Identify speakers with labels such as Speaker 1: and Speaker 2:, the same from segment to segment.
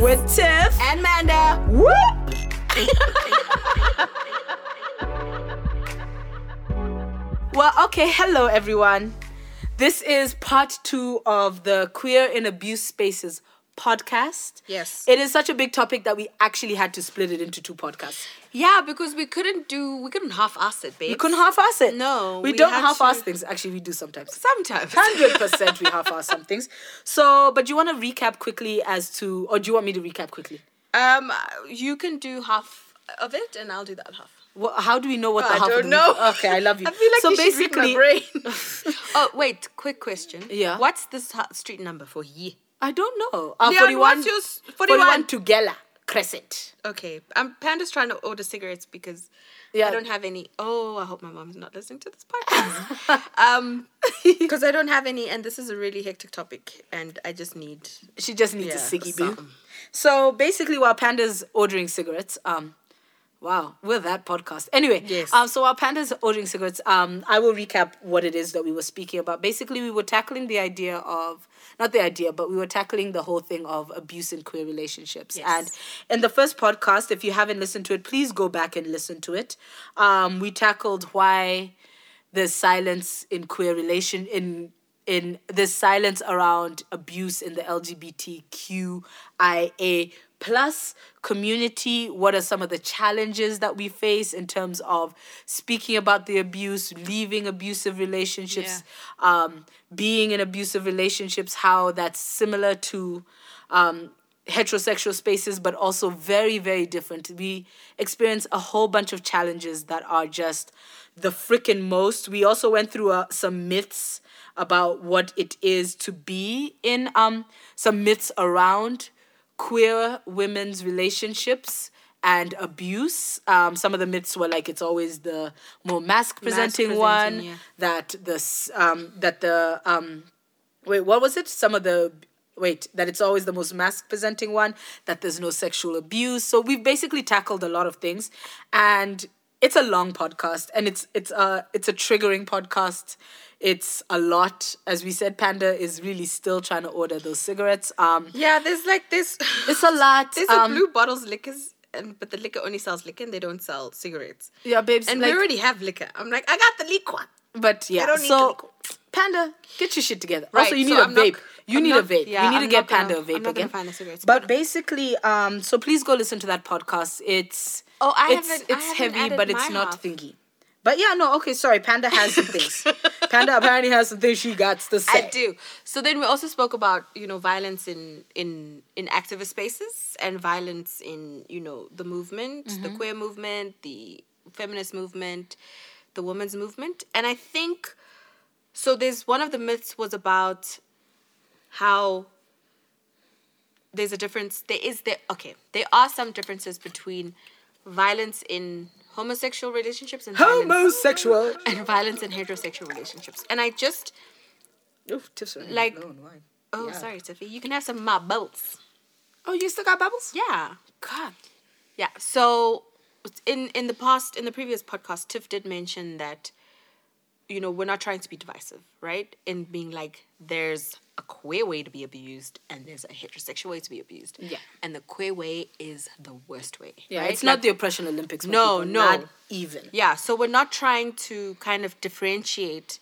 Speaker 1: with Tiff
Speaker 2: and Manda.
Speaker 1: Whoop! well, okay, hello everyone. This is part two of the Queer in Abuse Spaces podcast.
Speaker 2: Yes.
Speaker 1: It is such a big topic that we actually had to split it into two podcasts.
Speaker 2: Yeah, because we couldn't do, we couldn't half ass it, babe.
Speaker 1: We couldn't half ass it.
Speaker 2: No,
Speaker 1: We,
Speaker 2: we
Speaker 1: don't
Speaker 2: had
Speaker 1: half ass
Speaker 2: to-
Speaker 1: things. Actually, we do sometimes.
Speaker 2: Sometimes.
Speaker 1: Hundred percent, we half ass some things. So, but do you want to recap quickly as to, or do you want me to recap quickly?
Speaker 2: Um, you can do half of it, and I'll do that half.
Speaker 1: What, how do we know what the
Speaker 2: I
Speaker 1: half of
Speaker 2: don't
Speaker 1: the-
Speaker 2: know.
Speaker 1: Okay, I love you.
Speaker 2: I feel like
Speaker 1: so
Speaker 2: you should
Speaker 1: basically,
Speaker 2: read my brain. oh wait, quick question.
Speaker 1: Yeah.
Speaker 2: What's the s- street number for ye?
Speaker 1: I don't know. Uh,
Speaker 2: Leon,
Speaker 1: 41,
Speaker 2: what's yours?
Speaker 1: 41.
Speaker 2: 41.
Speaker 1: Tugela Crescent.
Speaker 2: Okay, I'm Panda's trying to order cigarettes because
Speaker 1: Yeah.
Speaker 2: I don't have any. Oh, I hope my mom's not listening to this podcast. um, because I don't have any, and this is a really hectic topic, and I just need.
Speaker 1: She just needs a
Speaker 2: Yeah,
Speaker 1: ciggy boo.
Speaker 2: something.
Speaker 1: So basically, while Panda's ordering cigarettes, um, wow, we're that podcast. Anyway,
Speaker 2: Yes.
Speaker 1: um, so while Panda's ordering cigarettes, um, I will recap what it is that we were speaking about. Basically, we were tackling the idea of, not the idea, but we were tackling the whole thing of abuse in queer relationships.
Speaker 2: Yes.
Speaker 1: And in the first podcast, if you haven't listened to it, please go back and listen to it. Um, we tackled why there's silence in queer relation in in there's silence around abuse in the LGBTQIA plus community. What are some of the challenges that we face in terms of speaking about the abuse, leaving abusive relationships, um, being in abusive relationships, how that's similar to um, heterosexual spaces, but also very, very different. We experience a whole bunch of challenges that are just the freaking most. We also went through uh, some myths about what it is to be in, um, some myths around queer women's relationships and abuse. Um, some of the myths were like it's always the more mask presenting
Speaker 2: presenting,
Speaker 1: one
Speaker 2: yeah.
Speaker 1: that the s- um, that the um, wait what was it? Some of the wait that it's always the most mask presenting one that there's no sexual abuse. So we've basically tackled a lot of things, and it's a long podcast and it's it's a it's a triggering podcast. It's a lot, as we said. Panda is really still trying to order those cigarettes. Um,
Speaker 2: Yeah, there's like this.
Speaker 1: it's a lot.
Speaker 2: There's
Speaker 1: um,
Speaker 2: a blue bottles liquors, and but the liquor only sells liquor, and they don't sell cigarettes.
Speaker 1: Yeah, babes.
Speaker 2: And
Speaker 1: like-
Speaker 2: we already have liquor. I'm like, I got the liquor.
Speaker 1: but yeah,
Speaker 2: don't need
Speaker 1: so
Speaker 2: to go-
Speaker 1: Panda, get your shit together.
Speaker 2: Right,
Speaker 1: also, you
Speaker 2: so
Speaker 1: need a
Speaker 2: I'm not-
Speaker 1: vape. you
Speaker 2: I'm
Speaker 1: need
Speaker 2: not-
Speaker 1: a vape.
Speaker 2: yeah,
Speaker 1: you need to
Speaker 2: I'm
Speaker 1: get
Speaker 2: not gonna-
Speaker 1: Panda a
Speaker 2: I'm
Speaker 1: vape
Speaker 2: not gonna
Speaker 1: again.
Speaker 2: find a cigarette
Speaker 1: but basically, um, so please go listen to that podcast. It's
Speaker 2: Oh, I
Speaker 1: it's,
Speaker 2: haven't- I
Speaker 1: It's
Speaker 2: haven't
Speaker 1: heavy,
Speaker 2: added
Speaker 1: but it's
Speaker 2: my
Speaker 1: not
Speaker 2: half.
Speaker 1: thingy. But yeah, no, okay, sorry. Panda has some things. Panda apparently has some things she got to say.
Speaker 2: I do. So then we also spoke about you know violence in in in activist spaces and violence in you know the movement, the queer movement, the feminist movement, the women's movement, and I think so. There's one of the myths was about how there's a difference. There is there okay. There are some differences between violence in homosexual relationships and violence-
Speaker 1: Homosexual.
Speaker 2: and violence in heterosexual relationships. And I just
Speaker 1: Oof, tips are in
Speaker 2: Like-
Speaker 1: my own wine.
Speaker 2: Oh,
Speaker 1: Yeah.
Speaker 2: sorry, Tiffy. You can have some of my bolts.
Speaker 1: Oh, you still got bubbles?
Speaker 2: Yeah.
Speaker 1: God.
Speaker 2: Yeah. So in in the past in the previous podcast, Tiff did mention that, you know, we're not trying to be divisive, right? In being like, there's a queer way to be abused and there's a heterosexual way to be abused.
Speaker 1: Yeah.
Speaker 2: And the queer way is the worst way.
Speaker 1: Yeah,
Speaker 2: right?
Speaker 1: it's
Speaker 2: Like,
Speaker 1: not the oppression Olympics. my
Speaker 2: No,
Speaker 1: people,
Speaker 2: no.
Speaker 1: not even.
Speaker 2: Yeah, so we're not trying to kind of differentiate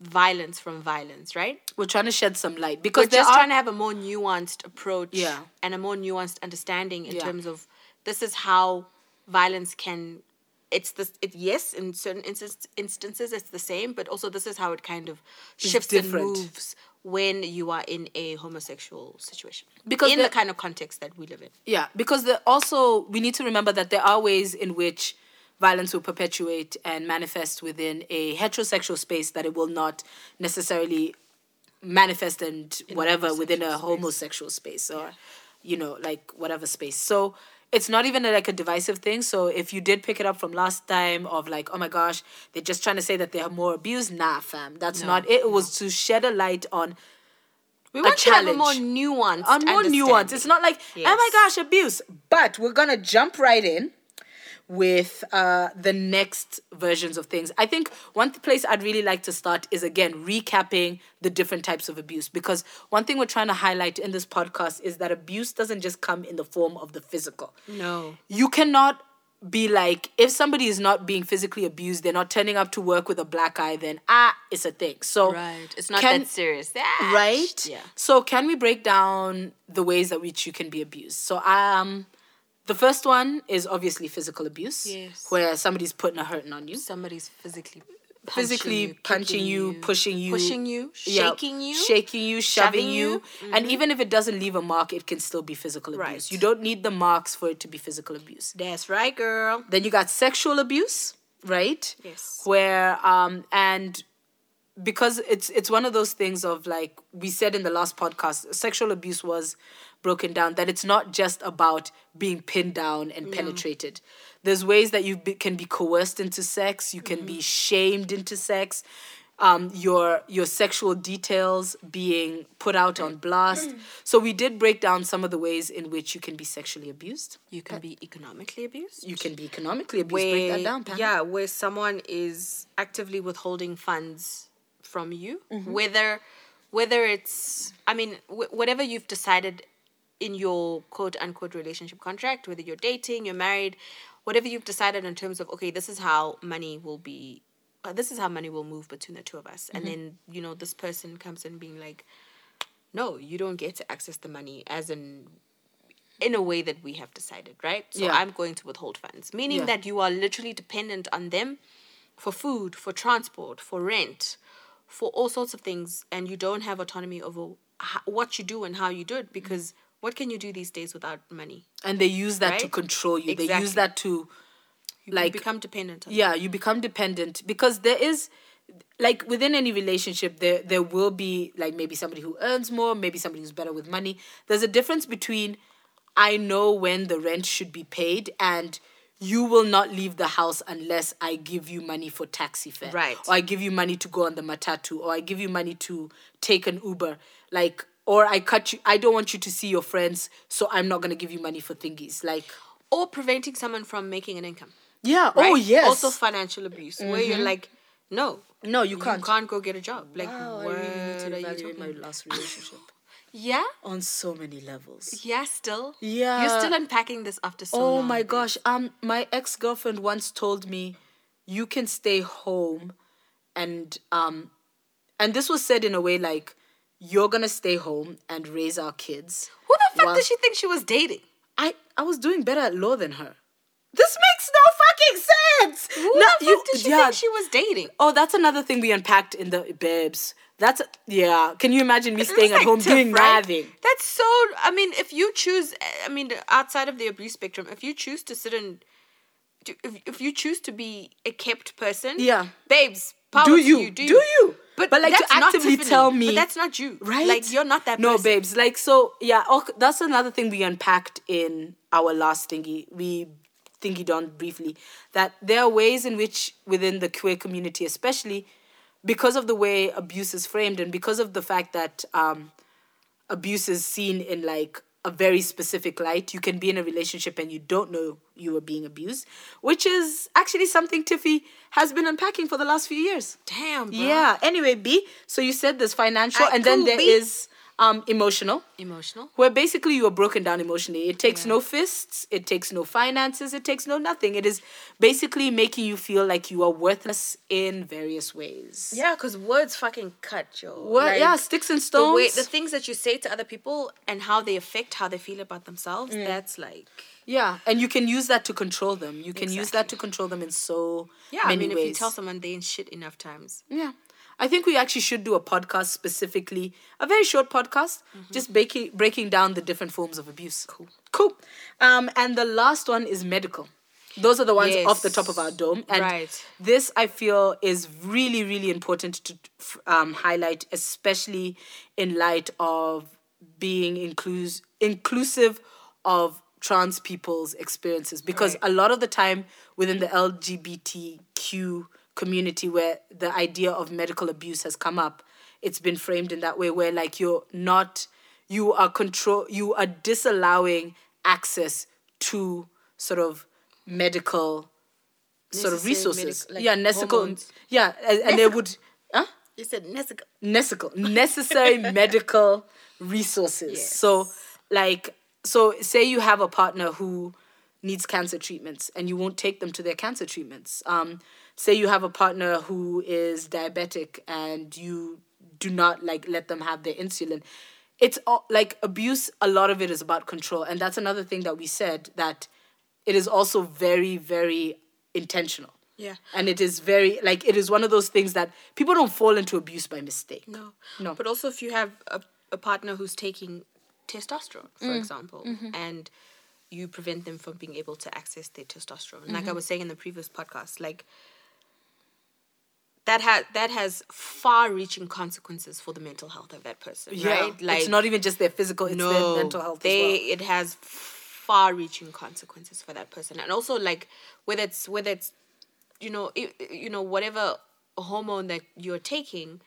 Speaker 2: violence from violence, right?
Speaker 1: We're trying to shed some light
Speaker 2: we're
Speaker 1: because there
Speaker 2: just
Speaker 1: are
Speaker 2: trying to have a more nuanced approach
Speaker 1: Yeah.
Speaker 2: and a more nuanced understanding in
Speaker 1: Yeah.
Speaker 2: terms of this is how violence can it's this it yes in certain instance, instances it's the same but also this is how it kind of shifts and
Speaker 1: different.
Speaker 2: moves when you are in a homosexual situation
Speaker 1: Because
Speaker 2: in
Speaker 1: the-
Speaker 2: the kind of context that we live in
Speaker 1: Yeah, because the, also we need to remember that there are ways in which violence will perpetuate and manifest within a heterosexual space that it will not necessarily manifest and whatever within a homosexual space or you know like whatever space so it's not even like a divisive thing so if you did pick it up from last time of like oh my gosh they're just trying to say that they are more abused nah fam that's not it it was to shed a light on
Speaker 2: we
Speaker 1: A
Speaker 2: want to have a more
Speaker 1: challenge.
Speaker 2: nuanced
Speaker 1: on more nuance.
Speaker 2: understanding.
Speaker 1: It's not like, oh my
Speaker 2: Yes.
Speaker 1: gosh, abuse. But we're gonna jump right in with uh, the next versions of things. I think one th- place I'd really like to start is again recapping the different types of abuse because one thing we're trying to highlight in this podcast is that abuse doesn't just come in the form of the physical.
Speaker 2: No.
Speaker 1: You cannot be like if somebody is not being physically abused they're not turning up to work with a black eye then ah it's a thing so
Speaker 2: Right. It's not
Speaker 1: can-
Speaker 2: that serious. Ah,
Speaker 1: right
Speaker 2: Yeah.
Speaker 1: so can we break down the ways that which you can be abused so um the first one is obviously physical abuse
Speaker 2: Yes.
Speaker 1: where somebody's putting a hurting on you
Speaker 2: Somebody's physically punching
Speaker 1: physically
Speaker 2: you,
Speaker 1: punching
Speaker 2: kicking
Speaker 1: you, pushing you
Speaker 2: pushing you,
Speaker 1: yeah,
Speaker 2: shaking you.
Speaker 1: shaking you, shoving,
Speaker 2: shoving
Speaker 1: you,
Speaker 2: you. Mm-hmm.
Speaker 1: and even if it doesn't leave a mark, it can still be physical abuse.
Speaker 2: Right.
Speaker 1: You don't need the marks for it to be physical abuse.
Speaker 2: That's right, girl.
Speaker 1: Then you got sexual abuse, right?
Speaker 2: Yes.
Speaker 1: Where um and because it's it's one of those things of like we said in the last podcast, sexual abuse was broken down that it's not just about being pinned down and penetrated. There's ways that you be, can be coerced into sex, you can
Speaker 2: Mm-hmm.
Speaker 1: be shamed into sex, um, your your sexual details being put out on blast.
Speaker 2: Mm.
Speaker 1: So we did break down some of the ways in which you can be sexually abused
Speaker 2: You can be economically abused.
Speaker 1: you can be economically abused.
Speaker 2: where,
Speaker 1: Break that down, Pam.
Speaker 2: yeah, where someone is actively withholding funds from you,
Speaker 1: Mm-hmm.
Speaker 2: whether whether it's I mean wh- whatever you've decided in your quote unquote relationship contract, whether you're dating, you're married, whatever you've decided in terms of okay, this is how money will be, uh, this is how money will move between the two of us, and
Speaker 1: Mm-hmm.
Speaker 2: then you know this person comes in being like, no, you don't get to access the money as in in a way that we have decided, right? So
Speaker 1: Yeah.
Speaker 2: I'm going to withhold funds, meaning
Speaker 1: Yeah.
Speaker 2: that you are literally dependent on them for food, for transport, for rent, for all sorts of things, and you don't have autonomy over ho- what you do and how you do it because what can you do these days without money?
Speaker 1: And they use that to
Speaker 2: Right?
Speaker 1: control you. They use
Speaker 2: Exactly.
Speaker 1: that to,
Speaker 2: you
Speaker 1: like,
Speaker 2: become dependent on
Speaker 1: yeah, you become dependent because there is, like, within any relationship, there there will be like maybe somebody who earns more, maybe somebody who's better with money. There's a difference between, I know when the rent should be paid and. You will not leave the house unless I give you money for taxi fare.
Speaker 2: Right.
Speaker 1: Or I give you money to go on the matatu, or I give you money to take an Uber. Like, or I cut you, I don't want you to see your friends, so I'm not going to give you money for thingies. Like,
Speaker 2: or preventing someone from making an income.
Speaker 1: yeah.
Speaker 2: right?
Speaker 1: Oh, yes.
Speaker 2: Also financial abuse, where you're like, no,
Speaker 1: No, you can't.
Speaker 2: you can't go get a job. Like,
Speaker 1: Wow,
Speaker 2: what
Speaker 1: I really need to
Speaker 2: are you
Speaker 1: evaluate
Speaker 2: talking
Speaker 1: my
Speaker 2: about?
Speaker 1: last relationship
Speaker 2: Yeah,
Speaker 1: on so many levels.
Speaker 2: yeah, still.
Speaker 1: Yeah.
Speaker 2: you're still unpacking this after so
Speaker 1: Oh
Speaker 2: long.
Speaker 1: my gosh. Um, my ex girlfriend once told me, "You can stay home," and um, and this was said in a way like, "You're gonna stay home and raise our kids."
Speaker 2: Who the fuck
Speaker 1: Well-
Speaker 2: did she think she was dating?
Speaker 1: I I was doing better at law than her. This makes no fucking sense.
Speaker 2: Who
Speaker 1: no,
Speaker 2: the fuck did she think she was dating?
Speaker 1: Oh, that's another thing we unpacked in the babes. That's yeah. Can you imagine me
Speaker 2: It was
Speaker 1: staying at
Speaker 2: like
Speaker 1: home
Speaker 2: tough,
Speaker 1: doing
Speaker 2: right?
Speaker 1: nothing?
Speaker 2: That's so. I mean, if you choose, I mean, outside of the abuse spectrum, if you choose to sit and, to- if, if you choose to be a kept person,
Speaker 1: Yeah.
Speaker 2: babes, power
Speaker 1: do
Speaker 2: to
Speaker 1: you,
Speaker 2: you,
Speaker 1: do you? But, like to
Speaker 2: that's not
Speaker 1: actively
Speaker 2: Tiffany.
Speaker 1: tell me,
Speaker 2: but that's not you,
Speaker 1: right?
Speaker 2: Like you're not that.
Speaker 1: No,
Speaker 2: person.
Speaker 1: babes. Like so, yeah. ok- that's another thing we unpacked in our last thingy. We thingy done briefly that there are ways in which within the queer community, especially because of the way abuse is framed and because of the fact that um, abuse is seen in like a very specific light. You can be in a relationship and you don't know you are being abused, which is actually something Tiffy has been unpacking for the last few years.
Speaker 2: Damn, bro.
Speaker 1: Yeah. Anyway, B. So you said there's financial,
Speaker 2: Alright,
Speaker 1: and then
Speaker 2: cool,
Speaker 1: there is
Speaker 2: B.
Speaker 1: um emotional,
Speaker 2: Emotional.
Speaker 1: where basically you are broken down emotionally. It takes no fists, it takes no finances, it takes no nothing. It is basically making you feel like you are worthless in various ways.
Speaker 2: Yeah, because words fucking cut, yo.
Speaker 1: What?
Speaker 2: Like,
Speaker 1: yeah. Sticks and
Speaker 2: The,
Speaker 1: stones.
Speaker 2: way, the things that you say to other people and how they affect how they feel about themselves,
Speaker 1: Mm.
Speaker 2: that's like.
Speaker 1: yeah, and you can use that to control them. You can use that to control them in so
Speaker 2: Yeah,
Speaker 1: many
Speaker 2: I mean,
Speaker 1: ways.
Speaker 2: if you tell someone they ain't shit enough times,
Speaker 1: Yeah. I think we actually should do a podcast specifically, a very short podcast, just breaking breaking down the different forms of abuse. Cool. Cool. Um, and the last one is medical. Those are the ones off the top of our dome. And
Speaker 2: Right.
Speaker 1: this, I feel, is really, really important to f- um, highlight, especially in light of being inclus- inclusive of trans people's experiences. Because a lot of the time within the LGBTQ community where the idea of medical abuse has come up, it's been framed in that way where like you're not you are control you are disallowing access to sort of medical sort of
Speaker 2: Necessary
Speaker 1: resources.
Speaker 2: medic- like
Speaker 1: yeah, necessary.
Speaker 2: hormones.
Speaker 1: Yeah, and, and they would. Huh?
Speaker 2: You said Nesica.
Speaker 1: Necessary, necessary medical resources.
Speaker 2: Yes.
Speaker 1: So, like, so say you have a partner who needs cancer treatments and you won't take them to their cancer treatments. Um, say you have a partner who is diabetic and you do not like let them have their insulin. It's all, like abuse. A lot of it is about control, and that's another thing that we said that it is also very, very intentional.
Speaker 2: Yeah.
Speaker 1: And it is very like it is one of those things that people don't fall into abuse by mistake.
Speaker 2: No.
Speaker 1: No.
Speaker 2: But also, if you have a, a partner who's taking testosterone, for
Speaker 1: Mm.
Speaker 2: example,
Speaker 1: Mm-hmm.
Speaker 2: and you prevent them from being able to access their testosterone, like
Speaker 1: Mm-hmm.
Speaker 2: I was saying in the previous podcast, like that has that has far-reaching consequences for the mental health of that person, right?
Speaker 1: Like it's not even just their physical, it's
Speaker 2: no,
Speaker 1: their mental health
Speaker 2: They
Speaker 1: as
Speaker 2: it has far-reaching consequences for that person, and also like whether it's whether it's you know i you know whatever hormone that you're taking,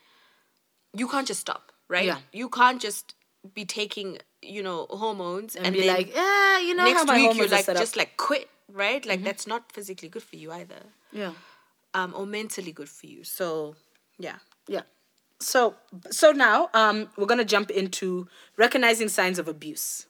Speaker 2: you can't just stop, right?
Speaker 1: Yeah.
Speaker 2: You can't just be taking you know hormones and,
Speaker 1: well. And be
Speaker 2: then
Speaker 1: like, yeah, you know how
Speaker 2: next
Speaker 1: my
Speaker 2: week you
Speaker 1: hormones are
Speaker 2: like
Speaker 1: set
Speaker 2: just
Speaker 1: up. Mm-hmm.
Speaker 2: like quit, right? Like that's not physically good for you either,
Speaker 1: Yeah,
Speaker 2: um, or mentally good for you. So yeah,
Speaker 1: yeah. So, so now um, we're gonna jump into recognizing signs of abuse.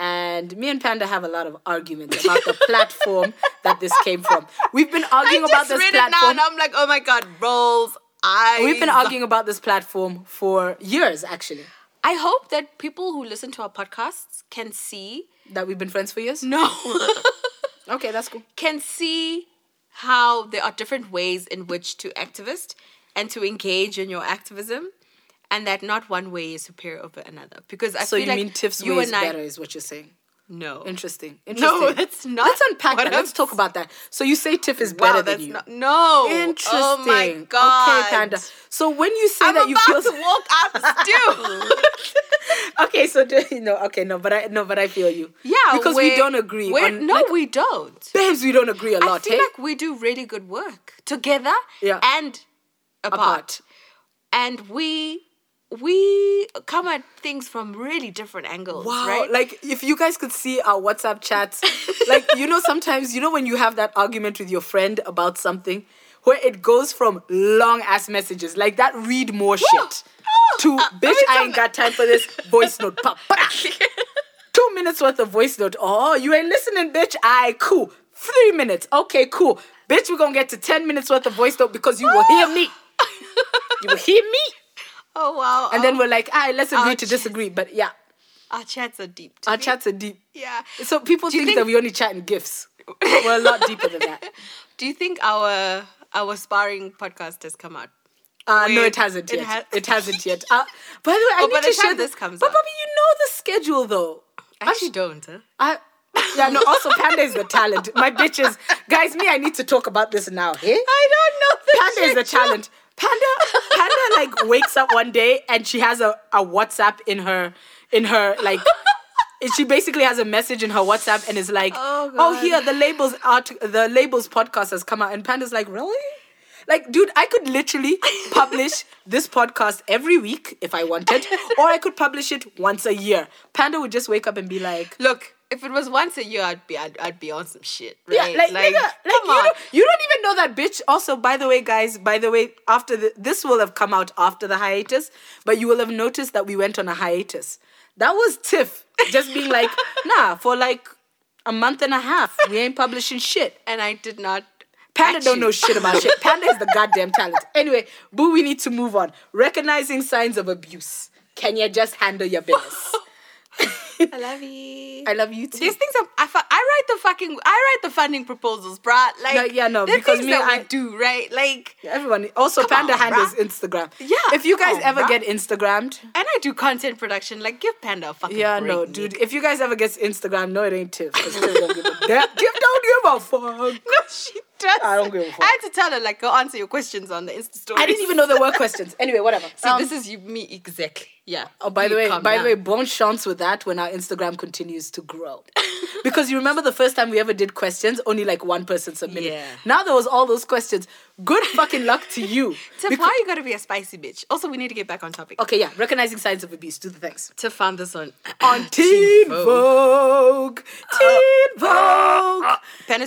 Speaker 1: And me and Panda have a lot of arguments about the platform that this came from. We've been arguing
Speaker 2: I
Speaker 1: about
Speaker 2: just
Speaker 1: this
Speaker 2: read it now
Speaker 1: platform.
Speaker 2: and I'm like, oh my god, rolls. I
Speaker 1: We've been arguing about this platform for years, actually.
Speaker 2: I hope that people who listen to our podcasts can see
Speaker 1: That we've been friends for years.
Speaker 2: no
Speaker 1: Okay, that's cool.
Speaker 2: can see how there are different ways in which to activist and to engage in your activism and that not one way is superior over another because I
Speaker 1: So
Speaker 2: feel
Speaker 1: you
Speaker 2: like
Speaker 1: mean Tiff's
Speaker 2: you
Speaker 1: way is
Speaker 2: and I
Speaker 1: better, is what you're saying?
Speaker 2: no
Speaker 1: Interesting. Interesting.
Speaker 2: No, it's not
Speaker 1: Let's unpack
Speaker 2: what
Speaker 1: that.
Speaker 2: I'm
Speaker 1: Let's talk about that. So you say Tiff is
Speaker 2: wow
Speaker 1: better
Speaker 2: that's
Speaker 1: than you.
Speaker 2: not no
Speaker 1: Interesting.
Speaker 2: oh my god
Speaker 1: Okay, Panda. So when you say
Speaker 2: I'm
Speaker 1: that
Speaker 2: about
Speaker 1: you feel
Speaker 2: to walk out the stew
Speaker 1: okay, so do, no, okay, no, but I no, but I feel you.
Speaker 2: yeah
Speaker 1: because we
Speaker 2: we're-
Speaker 1: don't agree.
Speaker 2: we're-
Speaker 1: on,
Speaker 2: no
Speaker 1: like,
Speaker 2: we don't
Speaker 1: babes, we don't agree a lot.
Speaker 2: I feel
Speaker 1: hey?
Speaker 2: like we do really good work together
Speaker 1: Yeah.
Speaker 2: and apart.
Speaker 1: Apart.
Speaker 2: And we we come at things from really different angles,
Speaker 1: Wow,
Speaker 2: right?
Speaker 1: like if you guys could see our WhatsApp chats, like you know sometimes you know when you have that argument with your friend about something, where it goes from long ass messages like that read more shit to
Speaker 2: Uh,
Speaker 1: bitch
Speaker 2: every
Speaker 1: I
Speaker 2: time-
Speaker 1: ain't got time for this voice note pop. Two minutes worth of voice note. Oh, you ain't listening, bitch. I cool. Three minutes. Okay, cool. Bitch, we're gonna get to ten minutes worth of voice note because you will hear me. You will hear me.
Speaker 2: oh wow.
Speaker 1: And then we're like, ah, let's agree to
Speaker 2: Ouch.
Speaker 1: disagree. But yeah,
Speaker 2: our chats are deep.
Speaker 1: our
Speaker 2: today.
Speaker 1: chats are deep.
Speaker 2: Yeah.
Speaker 1: So people
Speaker 2: you
Speaker 1: think,
Speaker 2: think-
Speaker 1: that we only chat in gifts. We're a lot deeper than that.
Speaker 2: Do you think our our sparring podcast has come out?
Speaker 1: Uh, no,
Speaker 2: Wait,
Speaker 1: it hasn't
Speaker 2: it
Speaker 1: yet. It,
Speaker 2: has-
Speaker 1: hasn't yet. Uh, by the way, I
Speaker 2: Oh,
Speaker 1: need
Speaker 2: by
Speaker 1: to
Speaker 2: the
Speaker 1: share
Speaker 2: time
Speaker 1: this.
Speaker 2: this comes
Speaker 1: but
Speaker 2: out.
Speaker 1: Bobby, you know the schedule though.
Speaker 2: I actually don't. Huh?
Speaker 1: I, yeah, no. Also, Panda is the talent. My bitches, guys, me, I need to talk about this now. Hey,
Speaker 2: I don't know. The
Speaker 1: Panda is the talent. Panda, Panda, like wakes up one day and she has a, a WhatsApp in her, in her like. and She basically has a message in her WhatsApp and is like,
Speaker 2: Oh,
Speaker 1: "Oh,
Speaker 2: God.
Speaker 1: here the labels art, the labels podcast has come out." And Panda's like, "Really? Like, dude, I could literally publish this podcast every week if I wanted, or I could publish it once a year." Panda would just wake up and be like,
Speaker 2: Look, if it was once a year, I'd be I'd, I'd be on some shit,
Speaker 1: Yeah,
Speaker 2: right?
Speaker 1: like, nigga, like you, don't, you don't even know that bitch. Also, by the way, guys, by the way, after the, this will have come out after the hiatus, but you will have noticed that we went on a hiatus. That was Tiff just being like, nah, for like a month and a half, we ain't publishing shit.
Speaker 2: and I did not.
Speaker 1: Panda
Speaker 2: actually-
Speaker 1: don't know shit about shit. Panda is the goddamn talent. Anyway, boo, we need to move on. Recognizing signs of abuse. Can you just handle your business?
Speaker 2: I love you.
Speaker 1: I love you too.
Speaker 2: These things are, I, fu- I write the fucking I write the funding proposals, bruh. Like
Speaker 1: No, yeah, no,
Speaker 2: they're
Speaker 1: because
Speaker 2: things
Speaker 1: me,
Speaker 2: that
Speaker 1: I-
Speaker 2: we do right. Like
Speaker 1: Everyone. Also,
Speaker 2: Come
Speaker 1: Panda
Speaker 2: on,
Speaker 1: handles
Speaker 2: bruh.
Speaker 1: Instagram.
Speaker 2: Yeah,
Speaker 1: If you
Speaker 2: come
Speaker 1: guys
Speaker 2: on,
Speaker 1: ever
Speaker 2: bruh.
Speaker 1: get Instagrammed,
Speaker 2: and I do content production. Like give Panda a fucking
Speaker 1: Yeah,
Speaker 2: break,
Speaker 1: no,
Speaker 2: me.
Speaker 1: dude. If you guys ever get Instagram, no, it ain't Tiff. 'cause Tiff don't give a damn. Tiff don't give a fuck.
Speaker 2: No, she does.
Speaker 1: I don't give a fuck.
Speaker 2: I had to tell her like go answer your questions on the Insta story.
Speaker 1: I didn't even know there were questions. Anyway, whatever.
Speaker 2: See,
Speaker 1: Um,
Speaker 2: this is you, me exactly. Yeah.
Speaker 1: oh, by the
Speaker 2: You
Speaker 1: way,
Speaker 2: calm
Speaker 1: by
Speaker 2: down.
Speaker 1: the way, bon chance with that when our Instagram continues to grow. because you remember the first time we ever did questions, only like one person submitted.
Speaker 2: Yeah.
Speaker 1: Now there was all those questions. Good fucking luck to you.
Speaker 2: Tiff,
Speaker 1: Becau-
Speaker 2: why you gotta be a spicy bitch? Also, we need to get back on topic.
Speaker 1: okay, yeah, recognizing signs of abuse. Do the thanks.
Speaker 2: To find this on
Speaker 1: On Teen Vogue. Teen Vogue.
Speaker 2: Penna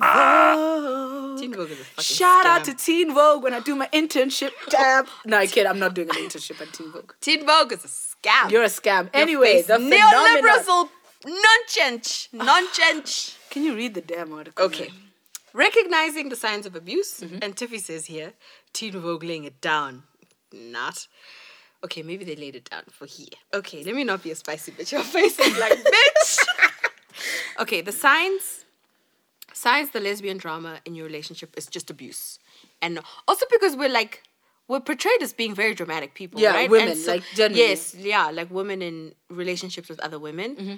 Speaker 1: Teen Vogue.
Speaker 2: Teen Vogue is a fucking
Speaker 1: Shout out
Speaker 2: scam.
Speaker 1: to Teen Vogue when I do my internship. Damn. No, I kid. I'm not doing an internship at Teen Vogue.
Speaker 2: Teen Vogue is a scam.
Speaker 1: You're a scam. Anyway, the
Speaker 2: neoliberals
Speaker 1: phenomenon.
Speaker 2: will nonsense, nonsense.
Speaker 1: Can you read the damn article?
Speaker 2: Okay. Recognizing the signs of abuse, and Tiffy says here, Teen Vogue laying it down. Not. Okay, maybe they laid it down for here. Okay, let me not be a spicy bitch. Your face is like, bitch! okay, the signs. Signs the lesbian drama in your relationship is just abuse. And also because we're like, we're portrayed as being very dramatic people,
Speaker 1: Yeah,
Speaker 2: right? And
Speaker 1: women, like, generally.
Speaker 2: Yes, yeah, like women in relationships with other women.
Speaker 1: Mm-hmm.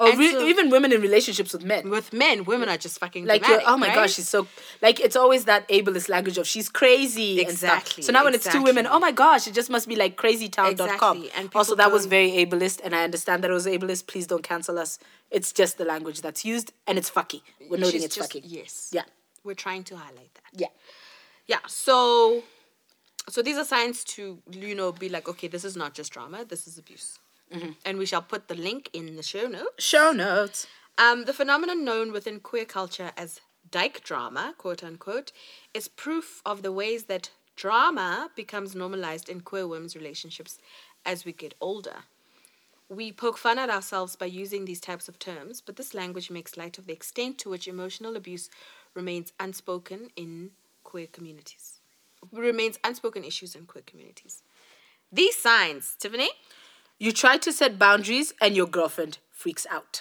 Speaker 1: Or
Speaker 2: And
Speaker 1: Oh, re-
Speaker 2: so-
Speaker 1: even women in relationships with men.
Speaker 2: With men, women are just fucking
Speaker 1: Like, you're,
Speaker 2: dramatic,
Speaker 1: oh my
Speaker 2: right?
Speaker 1: gosh, she's so. Like, it's always that ableist language of she's crazy. and stuff.
Speaker 2: Exactly,
Speaker 1: So now when it's two women,
Speaker 2: exactly.
Speaker 1: oh my gosh, it just must be like crazytown.com.
Speaker 2: Exactly, and people
Speaker 1: also, that was
Speaker 2: don't-
Speaker 1: very ableist, and I understand that it was ableist. Please don't cancel us. It's just the language that's used, and it's fucky. We're noting
Speaker 2: She's
Speaker 1: it's
Speaker 2: just-
Speaker 1: fucky.
Speaker 2: Yes.
Speaker 1: Yeah.
Speaker 2: We're trying to highlight that.
Speaker 1: Yeah.
Speaker 2: Yeah. So so these are signs to you know be like, okay, this is not just drama, this is abuse.
Speaker 1: Mm-hmm.
Speaker 2: And we shall put the link in the show notes.
Speaker 1: Show notes.
Speaker 2: Um, the phenomenon known within queer culture as dyke drama, quote unquote, is proof of the ways that drama becomes normalized in queer women's relationships as we get older. We poke fun at ourselves by using these types of terms, but this language makes light of the extent to which emotional abuse remains unspoken in queer communities. Remains unspoken issues in queer communities. These signs, Tiffany,
Speaker 1: You try to set boundaries and your girlfriend freaks out.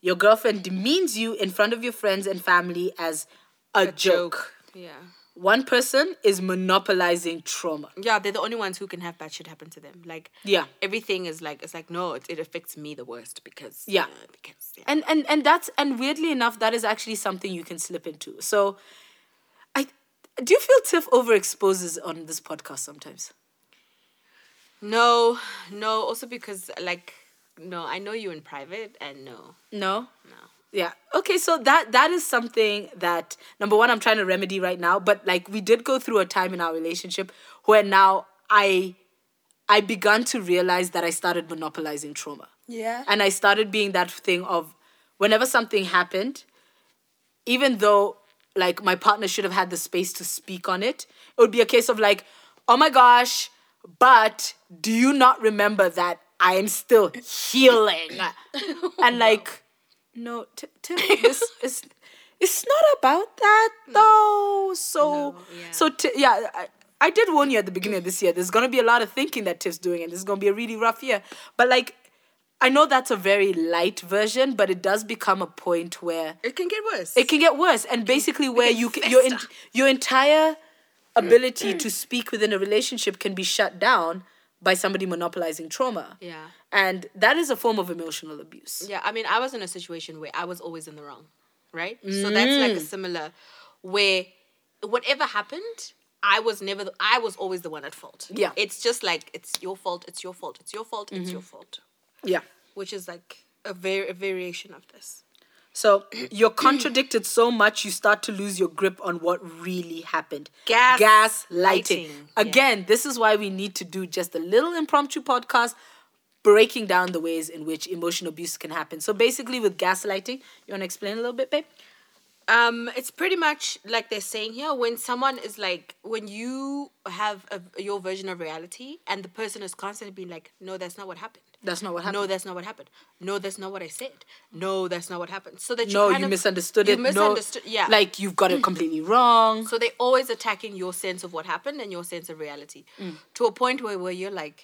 Speaker 1: Your girlfriend demeans you in front of your friends and family as a, joke.
Speaker 2: Yeah.
Speaker 1: One person is monopolizing trauma.
Speaker 2: Yeah, they're the only ones who can have bad shit happen to them. Like,
Speaker 1: Yeah.
Speaker 2: everything is like it's like no, it, it affects me the worst because
Speaker 1: Yeah.
Speaker 2: uh, because yeah.
Speaker 1: And and and that's and weirdly enough, that is actually something you can slip into. So I do you feel Tiff overexposes on this podcast sometimes?
Speaker 2: no, no. Also because like no, I know you in private and no,
Speaker 1: No?
Speaker 2: no.
Speaker 1: Yeah. Okay, so that that is something that number one I'm trying to remedy right now, but like we did go through a time in our relationship where now I I began to realize that I started monopolizing trauma.
Speaker 2: Yeah.
Speaker 1: And I started being that thing of whenever something happened, even though like my partner should have had the space to speak on it, it would be a case of like, oh my gosh, but do you not remember that I am still healing? and like, no, t- Tim, this is. It's not about that though. So,
Speaker 2: Hmm. No, yeah.
Speaker 1: so t- yeah, I, I did warn you at the beginning of this year. There's gonna be a lot of thinking that Tiff's doing, and this is gonna be a really rough year. But like, I know that's a very light version, but it does become a point where
Speaker 2: It can get worse.
Speaker 1: it can get worse
Speaker 2: Mm.
Speaker 1: and basically where
Speaker 2: can
Speaker 1: you can, your en-
Speaker 2: fester.
Speaker 1: your entire
Speaker 2: Mm.
Speaker 1: ability to speak within a relationship can be shut down by somebody monopolizing trauma
Speaker 2: Yeah.
Speaker 1: and that is a form of emotional abuse
Speaker 2: Yeah, I mean, I was in a situation where I was always in the wrong, right? So that's like a
Speaker 1: Mm.
Speaker 2: similar where whatever happened, I was never, the, I was always the one at fault.
Speaker 1: Yeah.
Speaker 2: It's just like, it's your fault, it's your fault, it's your fault, it's your
Speaker 1: Mm-hmm.
Speaker 2: fault,
Speaker 1: yeah
Speaker 2: which is like a, var- a variation of this.
Speaker 1: so you're contradicted so much you start to lose your grip on what really happened
Speaker 2: Gas-
Speaker 1: lighting
Speaker 2: lighting, yeah.
Speaker 1: again this is why we need to do just a little impromptu podcast breaking down the ways in which emotional abuse can happen so basically with gaslighting you want to explain a little bit babe
Speaker 2: Um, it's pretty much like they're saying here when someone is like when you have a, your version of reality and the person is constantly being like, no, that's not what happened.
Speaker 1: that's not what happened
Speaker 2: No, that's not what happened. No, that's not what I said. No, that's not what happened. So that you
Speaker 1: no,
Speaker 2: kind
Speaker 1: you
Speaker 2: of-
Speaker 1: misunderstood
Speaker 2: you
Speaker 1: it.
Speaker 2: misunderstood.
Speaker 1: No,
Speaker 2: Yeah.
Speaker 1: like you've got it completely wrong.
Speaker 2: so they're always attacking your sense of what happened and your sense of reality to a point where where you're like,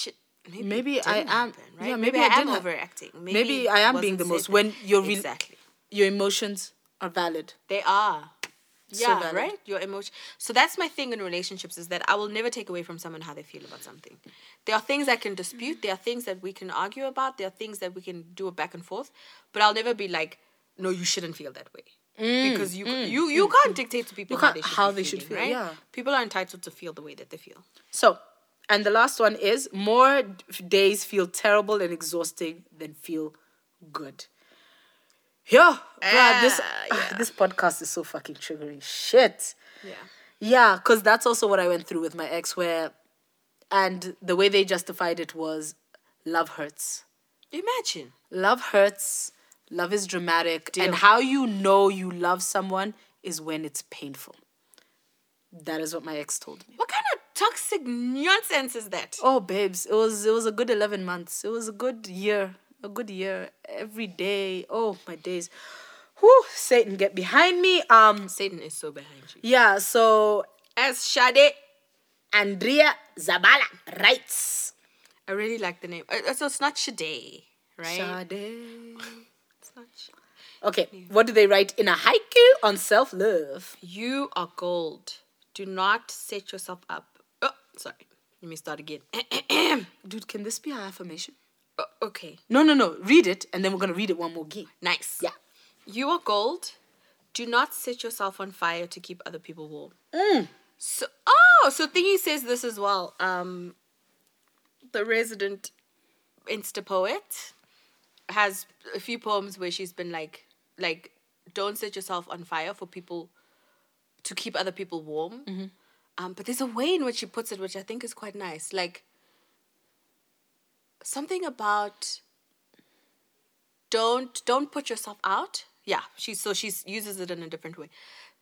Speaker 2: shit. Maybe, it
Speaker 1: Mm. Maybe I
Speaker 2: didn't
Speaker 1: am-
Speaker 2: happen, right?
Speaker 1: yeah,
Speaker 2: maybe,
Speaker 1: maybe I
Speaker 2: I, am
Speaker 1: did have-
Speaker 2: overacting. Maybe,
Speaker 1: maybe
Speaker 2: it
Speaker 1: I am
Speaker 2: wasn't
Speaker 1: being the
Speaker 2: said
Speaker 1: most-
Speaker 2: that-
Speaker 1: when you're really-
Speaker 2: exactly
Speaker 1: Your emotions are valid.
Speaker 2: they are. Yeah,
Speaker 1: valid.
Speaker 2: right. Your emotion. So that's my thing in relationships is that I will never take away from someone how they feel about something. There are things I can dispute. There are things that we can argue about. There are things that we can do a back and forth. But I'll never be like, no, you shouldn't feel that way.
Speaker 1: Mm,
Speaker 2: because you you you can't dictate to people how
Speaker 1: can't-
Speaker 2: they should,
Speaker 1: how
Speaker 2: be
Speaker 1: they should
Speaker 2: feeling,
Speaker 1: feel,
Speaker 2: right?
Speaker 1: yeah.
Speaker 2: People are entitled to feel the way that they feel.
Speaker 1: So, and the last one is more d- days feel terrible and exhausting than feel good. yeah, bruh, this
Speaker 2: Ah,
Speaker 1: this podcast is so fucking triggering. Shit.
Speaker 2: Yeah.
Speaker 1: Yeah, because that's also what I went through with my ex, where, and the way they justified it was, love hurts.
Speaker 2: Imagine.
Speaker 1: Love hurts. Love is dramatic, and how you know you love someone is when it's painful. That is what my ex told me.
Speaker 2: What kind of toxic nonsense is that?
Speaker 1: Oh, babes, it was it was a good eleven months. It was a good year, a good year. Every day, oh my days, whoo! Satan, get behind me. Um,
Speaker 2: Satan is so behind you.
Speaker 1: yeah. So
Speaker 2: As Sade.
Speaker 1: Andrea Zabala writes.
Speaker 2: I really like the name. Uh, So it's not Sade, right?
Speaker 1: Sade.
Speaker 2: It's not Sade.
Speaker 1: Okay, what do they write in a haiku on self love?
Speaker 2: You are gold. Do not set yourself up. Oh, sorry. Let me start again.
Speaker 1: Dude, can this be our affirmation?
Speaker 2: Oh, okay.
Speaker 1: No, no, no. Read it, and then we're gonna read it one more game.
Speaker 2: Nice.
Speaker 1: Yeah.
Speaker 2: You are gold. Do not set yourself on fire to keep other people warm. So, oh, so Thingy says this as well. Um, the resident Insta poet has a few poems where she's been like, like, don't set yourself on fire for people to keep other people warm. Um, but there's a way in which she puts it, which I think is quite nice. Like, something about don't don't put yourself out yeah she so she uses it in a different way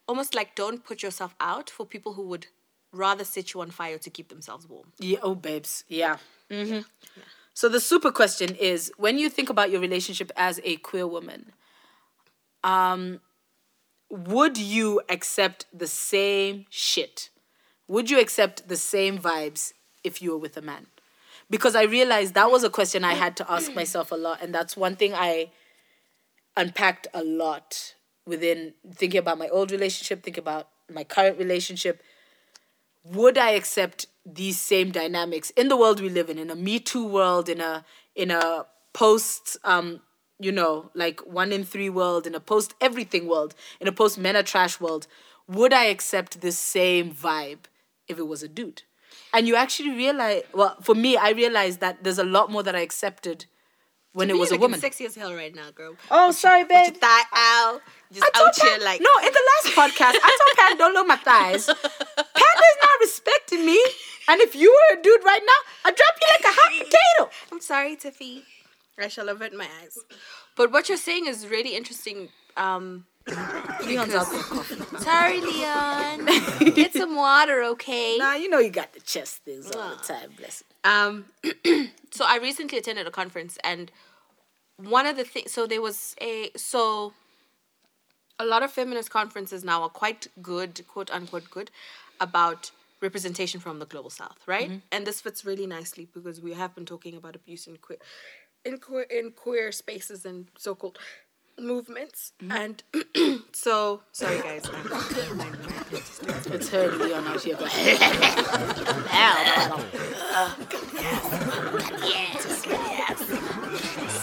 Speaker 2: almost like don't put yourself out for people who would rather set you on fire to keep themselves warm
Speaker 1: Yeah, oh, babes. Yeah. Mm-hmm. So the super question is: When you think about your relationship as a queer woman, um, would you accept the same shit? Would you accept the same vibes if you were with a man? Because I realized that was a question I had to ask myself a lot, and that's one thing I unpacked a lot within thinking about my old relationship, thinking about my current relationship, would I accept these same dynamics in the world we live in, in a Me Too world, in a in a post, um, you know, like one in three world, in a post everything world, in a post men are trash world? Would I accept this same vibe if it was a dude? And you actually realize, well, for me, I realized that there's a lot more that I accepted when it
Speaker 2: You
Speaker 1: was a
Speaker 2: looking
Speaker 1: woman.
Speaker 2: sexy as hell right now girl
Speaker 1: Oh, sorry,
Speaker 2: With your thigh out just
Speaker 1: I told
Speaker 2: out here
Speaker 1: Pan-
Speaker 2: like
Speaker 1: no in the last podcast I told Pan don't look my thighs. Panda's not respecting me, and if you were a dude right now, I'd drop you like a hot potato.
Speaker 2: i'm sorry tiffy i shall avert my eyes but what you're saying is really interesting um
Speaker 1: Leon's out there coughing.
Speaker 2: sorry leon get some water okay
Speaker 1: Nah, you know you got the chest things all the time. Bless. you.
Speaker 2: Um, so I recently attended a conference, and one of the things, so there was a, so a lot of feminist conferences now are quite good, quote unquote, good about representation from the global south, right? And this fits really nicely because we have been talking about abuse in queer, in queer, in queer spaces and so called movements. And so, sorry guys, I'm-
Speaker 1: It's her and Leon out here going.